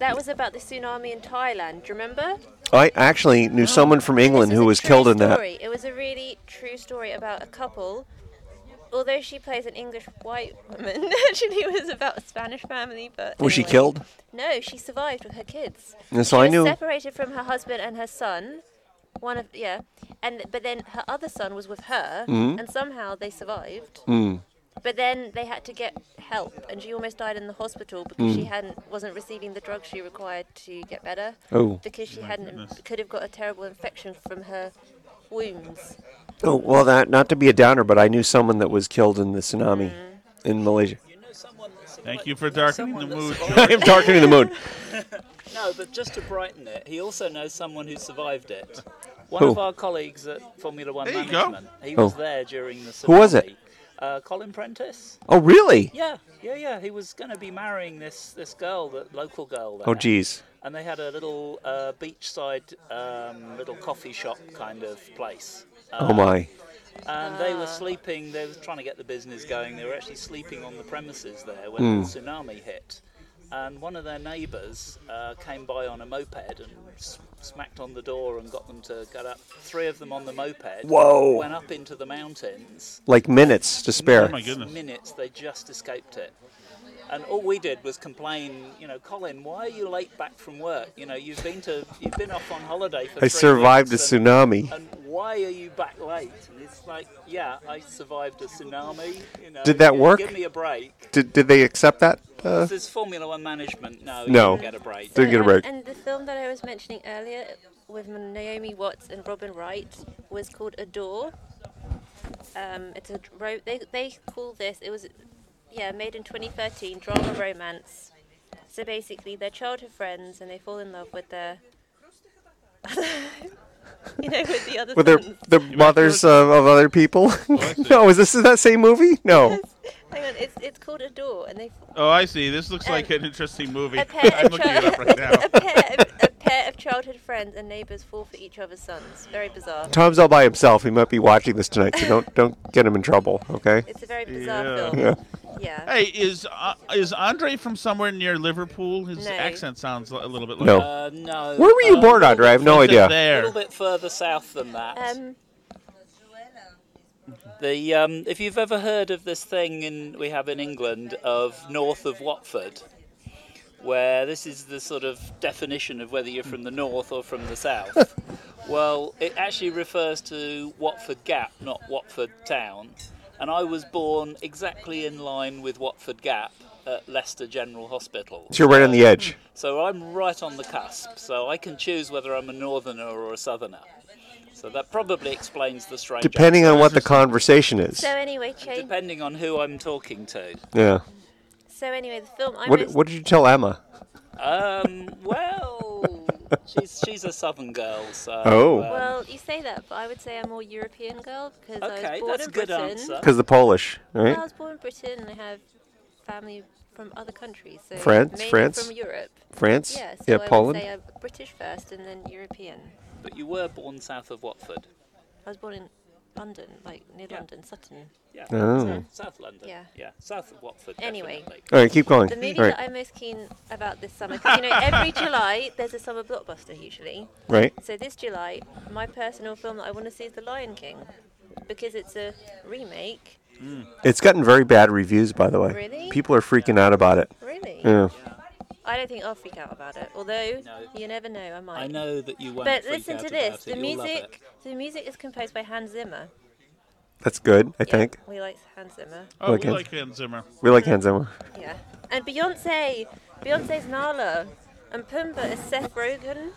Speaker 4: That was about the tsunami in Thailand. Do you remember?
Speaker 1: I actually knew someone from
Speaker 4: This
Speaker 1: England
Speaker 4: is
Speaker 1: who
Speaker 4: a
Speaker 1: was
Speaker 4: true
Speaker 1: killed in that.
Speaker 4: story. It was a really true story about a couple. Although she plays an English white woman, actually it was about a Spanish family. But
Speaker 1: Was she
Speaker 4: anyway.
Speaker 1: killed?
Speaker 4: No, she survived with her kids.
Speaker 1: And so
Speaker 4: she
Speaker 1: I
Speaker 4: was
Speaker 1: knew.
Speaker 4: separated from her husband and her son. One of yeah, and but then her other son was with her,
Speaker 1: Mm-hmm.
Speaker 4: and somehow they survived.
Speaker 1: Mm.
Speaker 4: But then they had to get help, and she almost died in the hospital because she
Speaker 1: Mm.
Speaker 4: hadn't wasn't receiving the drugs she required to get better.
Speaker 1: Oh.
Speaker 4: because she hadn't could have got a terrible infection from her wounds.
Speaker 1: Oh, well, that not to be a downer, but I knew someone that was killed in the tsunami
Speaker 4: Mm-hmm.
Speaker 1: in Malaysia.
Speaker 6: You know someone that's
Speaker 2: Thank you for darkening the
Speaker 6: someone
Speaker 2: mood.
Speaker 6: that's
Speaker 1: I am darkening the moon.
Speaker 6: No, but just to brighten it, he also knows someone who survived it. One
Speaker 1: Who?
Speaker 6: of our colleagues at Formula One
Speaker 2: There you go.
Speaker 6: management. He
Speaker 1: Who?
Speaker 6: was there during the. Tsunami.
Speaker 1: Oh. Who was it?
Speaker 6: Uh, Colin Prentice.
Speaker 1: Oh, really?
Speaker 6: Yeah, yeah, yeah. He was going to be marrying this this girl, that local girl. There.
Speaker 1: Oh, geez.
Speaker 6: And they had a little uh, beachside, um, little coffee shop kind of place. Uh,
Speaker 1: Oh, my.
Speaker 6: And they were sleeping, they were trying to get the business going, they were actually sleeping on the premises there when
Speaker 1: Hmm.
Speaker 6: the tsunami hit. And one of their neighbours uh, came by on a moped and s- smacked on the door and got them to get up. Three of them on the moped
Speaker 1: Whoa.
Speaker 6: went up into the mountains.
Speaker 1: Like minutes to spare.
Speaker 2: Oh, my goodness.
Speaker 6: Minutes, they just escaped it. And all we did was complain, you know, Colin, why are you late back from work? You know, you've been to, you've been off on holiday for
Speaker 1: I
Speaker 6: three
Speaker 1: survived a
Speaker 6: weeks and-
Speaker 1: tsunami.
Speaker 6: and why are you back late? And it's like, yeah, I survived a tsunami. You know,
Speaker 1: Did that
Speaker 6: gi-
Speaker 1: work?
Speaker 6: Give me a break.
Speaker 1: Did, did they accept that? Uh,
Speaker 6: This is Formula One management.
Speaker 1: No.
Speaker 6: No, You don't get a break.
Speaker 1: Didn't get a
Speaker 4: So,
Speaker 1: break.
Speaker 4: And the film that I was mentioning earlier with Naomi Watts and Robin Wright was called Adore. Um, it's a dr- ro- they they call this it was yeah made in 2013 drama romance. So basically, they're childhood friends and they fall in love with their you know with the Oh, other
Speaker 1: Were there
Speaker 4: sons.
Speaker 1: the mothers of, of other people? no, is this that same movie? No.
Speaker 4: Hang on, it's it's called Adore and they
Speaker 2: Oh, I see. This looks
Speaker 4: Um,
Speaker 2: like an interesting movie.
Speaker 4: a pair
Speaker 2: I'm
Speaker 4: of
Speaker 2: looking it
Speaker 4: child-
Speaker 2: up right now.
Speaker 4: a pair of, a pair of childhood friends and neighbors fall for each other's sons. Very bizarre.
Speaker 1: Tom's all by himself. He might be watching this tonight, so don't don't get him in trouble. Okay.
Speaker 4: It's a very bizarre
Speaker 2: Yeah.
Speaker 4: film.
Speaker 1: Yeah.
Speaker 4: Yeah.
Speaker 2: Hey, is uh, is Andre from somewhere near Liverpool? His
Speaker 4: No.
Speaker 2: accent sounds a little bit like
Speaker 1: No.
Speaker 6: Uh, no.
Speaker 1: Where were you
Speaker 6: uh,
Speaker 1: born, Andre? I have no
Speaker 2: Just
Speaker 1: idea.
Speaker 6: A
Speaker 2: There.
Speaker 6: little bit further south than that.
Speaker 4: Um,
Speaker 6: the um, if you've ever heard of this thing in we have in England of north of Watford, where this is the sort of definition of whether you're from the north or from the south. well, it actually refers to Watford Gap, not Watford Town. And I was born exactly in line with Watford Gap at Leicester General Hospital.
Speaker 1: So you're right on the edge.
Speaker 6: So I'm right on the cusp. So I can choose whether I'm a northerner or a southerner. So that probably explains the strange.
Speaker 1: Depending on what the
Speaker 2: Interesting.
Speaker 1: conversation is.
Speaker 4: so anyway, change.
Speaker 6: Depending on who I'm talking to.
Speaker 1: Yeah.
Speaker 4: So anyway, the film. I
Speaker 1: What
Speaker 4: most-
Speaker 1: what did you tell Emma?
Speaker 6: Um, well, she's she's a southern girl, so.
Speaker 1: Oh.
Speaker 6: um,
Speaker 4: Well, you say that, but I would say I'm more European girl because I
Speaker 6: okay,
Speaker 4: was born
Speaker 6: that's a
Speaker 4: in
Speaker 6: good
Speaker 4: Britain.
Speaker 6: answer.
Speaker 1: Because the Polish, right?
Speaker 4: Well, I was born in Britain and I have family from other countries. So
Speaker 1: France,
Speaker 4: mainly
Speaker 1: France.
Speaker 4: From Europe.
Speaker 1: France.
Speaker 4: Yeah. So
Speaker 1: Yeah.
Speaker 4: I
Speaker 1: Poland.
Speaker 4: would say I'm British first and then European.
Speaker 6: But you were born south of Watford.
Speaker 4: I was born in London, like near London, Sutton.
Speaker 6: Yeah.
Speaker 1: Oh.
Speaker 6: South London.
Speaker 4: Yeah.
Speaker 6: South of Watford.
Speaker 4: Anyway.
Speaker 6: definitely.
Speaker 1: All right, keep going.
Speaker 4: uh, The movie
Speaker 1: All
Speaker 4: that
Speaker 1: right,
Speaker 4: I'm most keen about this summer, 'cause, you know, every July there's a summer blockbuster usually.
Speaker 1: right.
Speaker 4: So this July, my personal film that I want to see is The Lion King because it's a remake.
Speaker 1: It's gotten very bad reviews, by the way.
Speaker 4: Really?
Speaker 1: People are freaking out about it.
Speaker 4: Really?
Speaker 1: Yeah.
Speaker 4: I don't think I'll freak out about it. Although
Speaker 6: No.
Speaker 4: you never know, I might.
Speaker 6: I know that you won't.
Speaker 4: But
Speaker 6: freak
Speaker 4: listen to
Speaker 6: out about
Speaker 4: this.
Speaker 6: it.
Speaker 4: The
Speaker 6: You'll love it.
Speaker 4: music, the music is composed by Hans Zimmer.
Speaker 1: That's good, I
Speaker 4: Yeah,
Speaker 1: think.
Speaker 4: we like Hans Zimmer.
Speaker 2: Oh,
Speaker 1: Okay.
Speaker 2: we like Hans Zimmer.
Speaker 1: We like Hans Zimmer.
Speaker 4: Yeah. And Beyonce, Beyonce's Nala, and Pumbaa is Seth Rogen.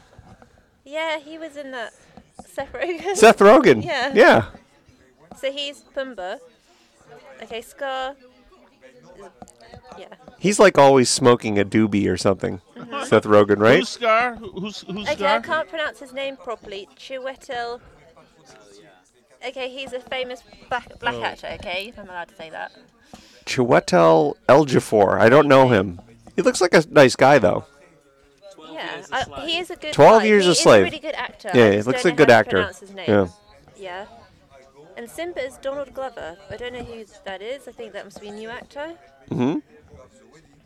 Speaker 4: Yeah, he was in that. Seth Rogen.
Speaker 1: Seth Rogen.
Speaker 4: Yeah.
Speaker 1: Yeah.
Speaker 4: So he's Pumbaa. Okay, Scar. Yeah.
Speaker 1: He's like always smoking a doobie or something.
Speaker 4: Uh-huh.
Speaker 1: Seth Rogen, right?
Speaker 2: Who's Scar? Who- Who's who's
Speaker 4: Okay, I
Speaker 2: Scar?
Speaker 4: can't pronounce his name properly. Chiwetel. Okay, he's a famous black black actor. Okay, if I'm allowed to say that.
Speaker 1: Chiwetel Ejiofor. I don't know him. He looks like a nice guy though.
Speaker 6: 12
Speaker 4: Yeah, Uh,
Speaker 6: years a
Speaker 4: I,
Speaker 6: slave.
Speaker 4: he is a good.
Speaker 1: 12
Speaker 4: guy.
Speaker 1: Years
Speaker 4: he
Speaker 1: a
Speaker 4: is
Speaker 1: Slave.
Speaker 4: a really good actor. I
Speaker 1: Yeah, he
Speaker 4: just
Speaker 1: looks
Speaker 4: don't
Speaker 1: like
Speaker 4: know
Speaker 1: a good
Speaker 4: how to
Speaker 1: actor.
Speaker 4: pronounce his name.
Speaker 1: Yeah.
Speaker 4: Yeah. And Simba is Donald Glover. I don't know who that is. I think that must be a new actor.
Speaker 1: Mhm.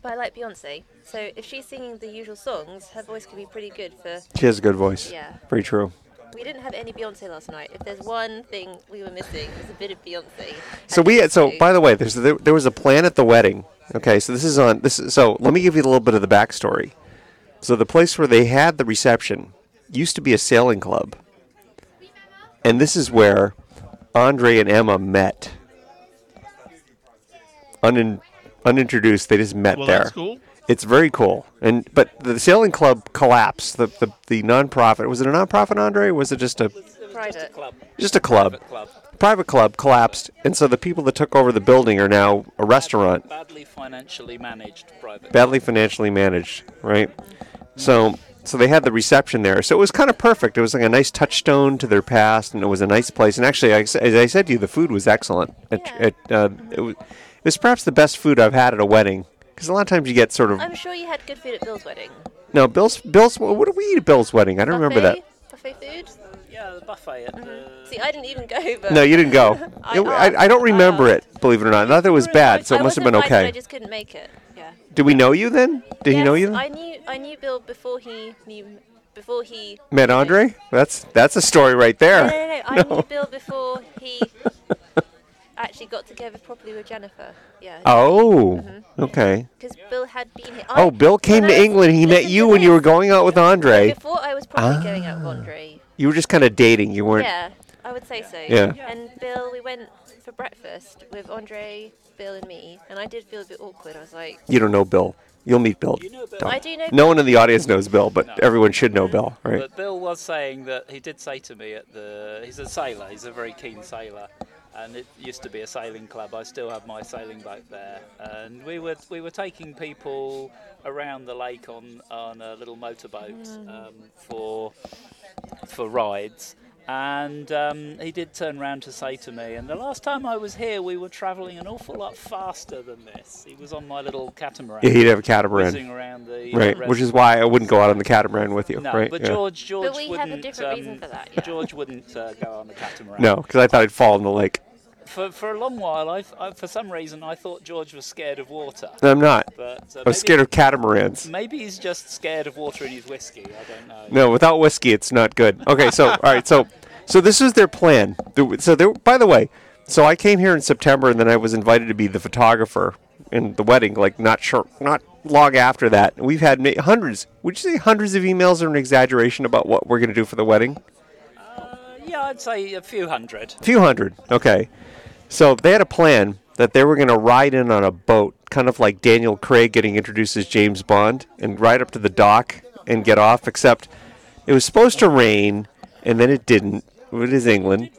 Speaker 4: But I like Beyonce, so if she's singing the usual songs, her voice could be pretty good for.
Speaker 1: She has a good voice.
Speaker 4: Yeah.
Speaker 1: Pretty true.
Speaker 4: We didn't have any Beyonce last night. If there's one thing we were missing, it was a bit of Beyonce.
Speaker 1: So
Speaker 4: And
Speaker 1: we had, so
Speaker 4: Beyonce-
Speaker 1: by the way, there's there, there was a plan at the wedding. Okay, so this is on this. Is, so let me give you a little bit of the backstory. So the place where they had the reception used to be a sailing club, and this is where Andre and Emma met. Unin, unintroduced, they just met
Speaker 2: Well,
Speaker 1: there.
Speaker 2: that's cool.
Speaker 1: It's very cool. And but the sailing club collapsed. The the, the nonprofit was it a nonprofit, Andre? Or was it just a
Speaker 6: Just a
Speaker 4: private.
Speaker 6: club.
Speaker 1: just a club?
Speaker 6: Private club.
Speaker 1: private club collapsed, and so the people that took over the building are now a restaurant,
Speaker 6: Badly financially managed private.
Speaker 1: badly financially managed, right? So, so they had the reception there. So it was kind of perfect. It was like a nice touchstone to their past, and it was a nice place. And actually, I s- as I said to you, the food was excellent. It,
Speaker 4: Yeah.
Speaker 1: it, uh, it, was, it was perhaps the best food I've had at a wedding. Because a lot of times you get sort of
Speaker 4: I'm sure you had good food at Bill's wedding.
Speaker 1: no Bill's Bill's. What did we eat at Bill's wedding? I don't remember that.
Speaker 4: Buffet? Buffet food?
Speaker 6: Yeah, the buffet at the.
Speaker 1: Mm-hmm.
Speaker 4: See, I didn't even go, but
Speaker 1: No, you didn't go.
Speaker 4: I
Speaker 1: It- I,
Speaker 4: asked.
Speaker 1: I, don't
Speaker 4: I
Speaker 1: remember it. Believe it or not, not that it was bad, so
Speaker 4: I
Speaker 1: it must have
Speaker 4: was
Speaker 1: been
Speaker 4: invited, I
Speaker 1: okay.
Speaker 4: just couldn't make it. Yeah.
Speaker 1: Did we know you then? Did he know
Speaker 4: Yes,
Speaker 1: you? Then?
Speaker 4: I knew I knew Bill before he knew before he
Speaker 1: Met Andre? That's that's a story right there.
Speaker 4: No, no, no. I knew Bill before he actually got together properly with Jennifer. Yeah.
Speaker 1: Oh,
Speaker 4: Mm-hmm.
Speaker 1: okay.
Speaker 4: Because Bill had been here.
Speaker 1: Oh, Bill came to England. He met you when you were going Ah. out with Andre.
Speaker 4: Before I was probably going out with Andre.
Speaker 1: You were just kind of dating. You weren't.
Speaker 4: Yeah, I would say so.
Speaker 1: Yeah.
Speaker 4: And Bill, we went for breakfast with Andre, Bill, and me, and I did feel a bit awkward. I was like,
Speaker 1: You don't know Bill. You'll meet Bill.
Speaker 6: You know Bill.
Speaker 1: Don't-
Speaker 4: I do know.
Speaker 1: No one in the audience knows Bill, but everyone should know Bill, right?
Speaker 6: But Bill was saying that he did say to me at the. He's a sailor, he's a very keen sailor. And it used to be a sailing club. I still have my sailing boat there, and we were we were taking people around the lake on on a little motorboat
Speaker 1: Mm.
Speaker 6: um, for for rides. And um, he did turn round to say to me, and the last time I was here, we were travelling an awful lot faster than this. He was on my little catamaran,
Speaker 1: Yeah, he'd have a catamaran,
Speaker 6: whizzing around the
Speaker 1: right?
Speaker 6: uh,
Speaker 1: Which is why I wouldn't go out on the catamaran with you,
Speaker 6: no,
Speaker 1: right?
Speaker 6: but
Speaker 1: Yeah.
Speaker 6: George, George
Speaker 4: we have a
Speaker 6: wouldn't.
Speaker 4: different reason
Speaker 6: um,
Speaker 4: for that, yeah.
Speaker 6: George wouldn't uh, go on the catamaran.
Speaker 1: No, because I thought I'd fall in the lake.
Speaker 6: For, for a long while, I, I for some reason I thought George was scared of water.
Speaker 1: No, I'm not.
Speaker 6: But uh,
Speaker 1: I'm
Speaker 6: maybe,
Speaker 1: scared of catamarans.
Speaker 6: Maybe he's just scared of water in his whiskey. I don't know.
Speaker 1: No, without whiskey, it's not good. Okay, so all right, so so this is their plan. The- So there, by the way, so I came here in September, and then I was invited to be the photographer in the wedding. Like not sure, not long after that. And We've had ma- hundreds. Would you say hundreds of emails are an exaggeration about what we're going to do for the wedding?
Speaker 6: Uh, yeah, I'd say a few hundred.
Speaker 1: A few hundred. Okay, so they had a plan that they were going to ride in on a boat, kind of like Daniel Craig getting introduced as James Bond, and ride up to the dock and get off. Except it was supposed to rain, and then it didn't. It is England.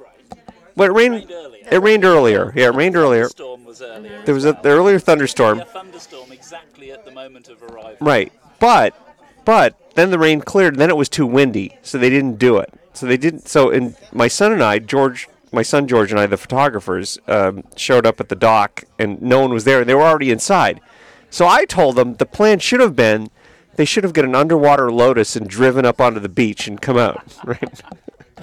Speaker 1: Well, it rained.
Speaker 6: earlier.
Speaker 1: It rained earlier. Yeah, it rained earlier.
Speaker 6: Storm was earlier.
Speaker 1: There was a, the earlier thunderstorm.
Speaker 6: A thunderstorm exactly at the moment of arrival.
Speaker 1: Right, but but then the rain cleared. Then it was too windy, so they didn't do it. So they didn't. So and my son and I, George, my son George and I, the photographers, um, showed up at the dock, and no one was there, and they were already inside. So I told them the plan should have been they should have got an underwater lotus and driven up onto the beach and come out. Right.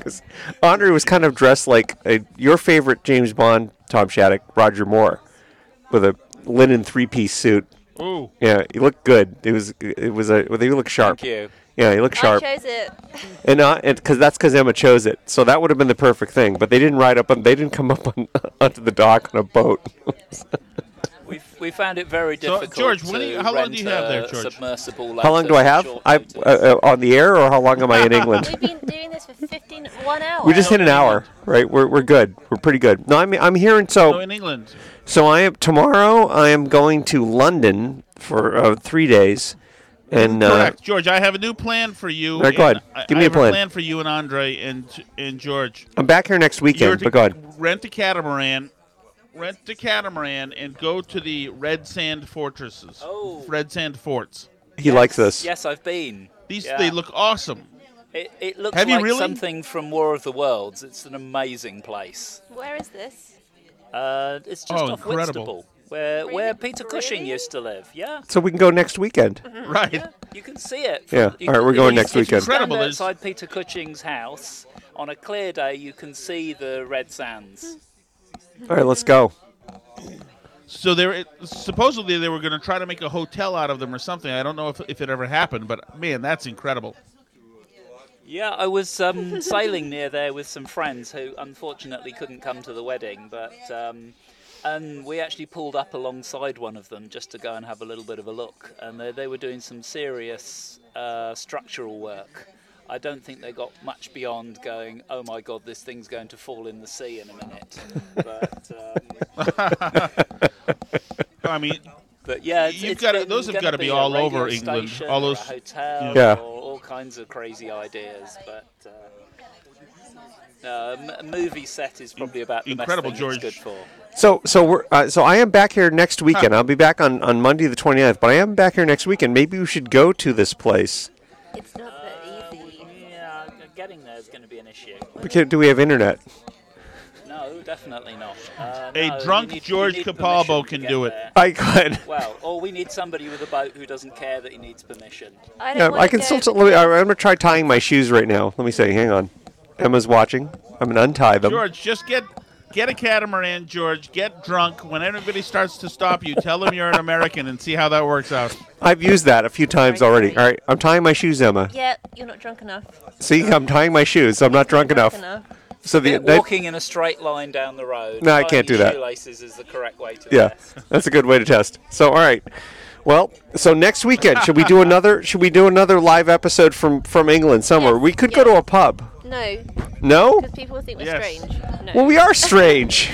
Speaker 1: was Andre was kind of dressed like a, your favorite James Bond, Tom Shattuck, Roger Moore, with a linen three-piece suit.
Speaker 2: Ooh.
Speaker 1: Yeah, he looked good. It was it was a well, he looked sharp.
Speaker 6: Thank you.
Speaker 1: Yeah, he looked sharp,
Speaker 4: I chose it.
Speaker 1: and uh, and because that's because Emma chose it, so that would have been the perfect thing. But they didn't ride up on, they didn't come up on, onto the dock on a boat.
Speaker 6: We we found it very
Speaker 2: So,
Speaker 6: difficult.
Speaker 2: George, when
Speaker 6: to
Speaker 2: do you- how long
Speaker 6: rent
Speaker 2: do you have
Speaker 6: a
Speaker 2: there, George?
Speaker 6: Submersible
Speaker 1: how long do I
Speaker 6: lantern
Speaker 1: have?
Speaker 6: short
Speaker 1: I
Speaker 6: notice.
Speaker 1: uh, uh, on the air, or how long am I in England?
Speaker 4: We've been doing this for 15, one hour.
Speaker 1: We just hit an hour, right? We're, we're good. We're pretty good. No, I'm I'm here, and so
Speaker 2: So Oh, in England.
Speaker 1: So I am tomorrow. I am going to London for uh, three days, and uh,
Speaker 2: Correct, George. I have a new plan for you.
Speaker 1: All right, go
Speaker 2: and
Speaker 1: ahead.
Speaker 2: I-
Speaker 1: Give
Speaker 2: I
Speaker 1: me a
Speaker 2: have
Speaker 1: plan.
Speaker 2: a plan for you and Andre and and George.
Speaker 1: I'm back here next
Speaker 2: You're
Speaker 1: weekend.
Speaker 2: to
Speaker 1: But go ahead.
Speaker 2: Rent a catamaran. Rent a catamaran and go to the Red Sand Fortresses.
Speaker 6: Oh.
Speaker 2: Red Sand Forts.
Speaker 1: He likes this.
Speaker 6: Yes, I've been.
Speaker 2: These
Speaker 6: Yeah.
Speaker 2: they look awesome.
Speaker 6: It, it looks
Speaker 2: Have you
Speaker 6: like
Speaker 2: really?
Speaker 6: something from War of the Worlds. It's an amazing place.
Speaker 4: Where is this?
Speaker 6: Uh, it's just
Speaker 2: Oh,
Speaker 6: off
Speaker 2: incredible.
Speaker 6: Whitstable, where where Peter Cushing
Speaker 4: Really?
Speaker 6: used to live. Yeah,
Speaker 1: So we can go next weekend.
Speaker 6: Hmm.
Speaker 2: Right.
Speaker 6: you can see it.
Speaker 1: Yeah,
Speaker 6: You
Speaker 1: all right,
Speaker 6: can-
Speaker 1: we're going
Speaker 6: if-
Speaker 1: next
Speaker 6: if you
Speaker 1: weekend.
Speaker 6: stand
Speaker 2: Incredible, there's-
Speaker 6: outside Peter Cushing's house on a clear day, you can see the red sands.
Speaker 1: All right, let's go.
Speaker 2: So they supposedly they were going to try to make a hotel out of them or something. I don't know if, if it ever happened, but man, that's incredible.
Speaker 6: Yeah, I was um, sailing near there with some friends who unfortunately couldn't come to the wedding, but um, and we actually pulled up alongside one of them just to go and have a little bit of a look, and they, they were doing some serious uh, structural work. I don't think they got much beyond going, oh my god, this thing's going to fall in the sea in a minute. But, um,
Speaker 2: I mean,
Speaker 6: but yeah, it's,
Speaker 2: You've
Speaker 6: it's
Speaker 2: gotta-
Speaker 6: been
Speaker 2: those have
Speaker 6: gonna
Speaker 2: gotta be
Speaker 6: a
Speaker 2: all
Speaker 6: radio
Speaker 2: over England,
Speaker 6: station
Speaker 2: all
Speaker 6: or a
Speaker 2: those-
Speaker 6: hotel
Speaker 1: Yeah.
Speaker 6: or all kinds of crazy ideas, but. Uh, no, a m- movie set is probably about the
Speaker 2: Incredible,
Speaker 6: best thing it's
Speaker 2: George.
Speaker 6: good for.
Speaker 1: So so we're uh, so I am back here next weekend. I'll be back on on Monday the 29th. But I am back here next weekend. Maybe we should go to this place.
Speaker 4: It's not that easy.
Speaker 6: Yeah, g- getting there is going to be an issue.
Speaker 1: We can- Do we have internet?
Speaker 6: No, definitely not. Uh,
Speaker 2: A
Speaker 6: no, you
Speaker 2: drunk
Speaker 6: need- you
Speaker 2: George
Speaker 6: need
Speaker 2: Capalbo
Speaker 6: permission to
Speaker 2: can
Speaker 6: get
Speaker 2: do it.
Speaker 6: there.
Speaker 1: I could.
Speaker 6: Well, or we need somebody with a boat who doesn't care that he needs permission.
Speaker 4: I don't
Speaker 1: Yeah,
Speaker 4: wanna
Speaker 1: I can
Speaker 4: go
Speaker 1: still.
Speaker 4: because-
Speaker 1: Let me, I'm gonna try tying my shoes right now. Let me say, hang on. Emma's watching. I'm gonna untie them.
Speaker 2: George, just get get a catamaran, George. Get drunk. When everybody starts to stop you, tell them you're an American and see how that works out.
Speaker 1: I've used that a few times
Speaker 4: Right,
Speaker 1: already.
Speaker 4: right.
Speaker 1: All right, I'm tying my shoes, Emma.
Speaker 4: Yeah, you're not drunk enough. Drunk
Speaker 1: See, I'm tying my shoes. So I'm not drunk enough. So the
Speaker 6: Bit
Speaker 1: that-
Speaker 6: walking in a straight line down the road.
Speaker 1: No, I
Speaker 6: tying
Speaker 1: can't do
Speaker 6: your
Speaker 1: that.
Speaker 6: Shoelaces is the correct way to
Speaker 1: yeah,
Speaker 6: test.
Speaker 1: that's a good way to test. So all right, well, so next weekend should we do another? Should we do another live episode from from England somewhere?
Speaker 4: Yes,
Speaker 1: we could
Speaker 4: yes.
Speaker 1: go to a pub.
Speaker 4: No,
Speaker 1: No,
Speaker 4: because people think we're
Speaker 2: Yes.
Speaker 4: strange. No.
Speaker 1: well, we are strange.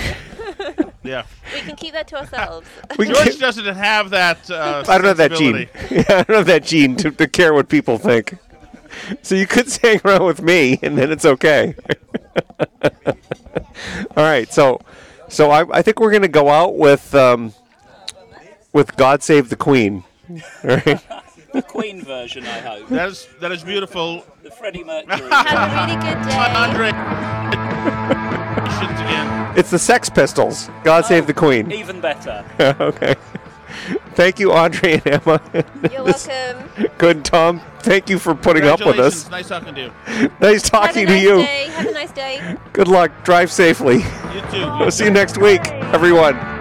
Speaker 2: Yeah.
Speaker 4: We can keep that to ourselves.
Speaker 1: we
Speaker 2: George
Speaker 1: can't,
Speaker 2: doesn't have that. Uh,
Speaker 1: I don't have that gene.
Speaker 2: sensibility.
Speaker 1: Yeah, I don't have that gene to, to care what people think. So you could hang around with me, and then it's okay. All right, so so I, I think we're gonna go out with um, with God Save the Queen. All right.
Speaker 6: The Queen version, I hope.
Speaker 2: That is that is beautiful.
Speaker 6: The Freddie Mercury.
Speaker 4: Have a really good day.
Speaker 2: Andre. Shins again.
Speaker 1: It's the Sex Pistols. God Save the Queen.
Speaker 6: Even better.
Speaker 1: okay. Thank you, Andre and Emma.
Speaker 4: You're welcome.
Speaker 1: Good, Tom. Thank you for putting up with us.
Speaker 2: Congratulations. Nice talking to you.
Speaker 1: Nice
Speaker 4: Have a
Speaker 1: talking to
Speaker 4: nice
Speaker 1: you.
Speaker 4: day. Have a nice day.
Speaker 1: Good luck. Drive safely.
Speaker 2: You too.
Speaker 1: We'll see you next week, everyone.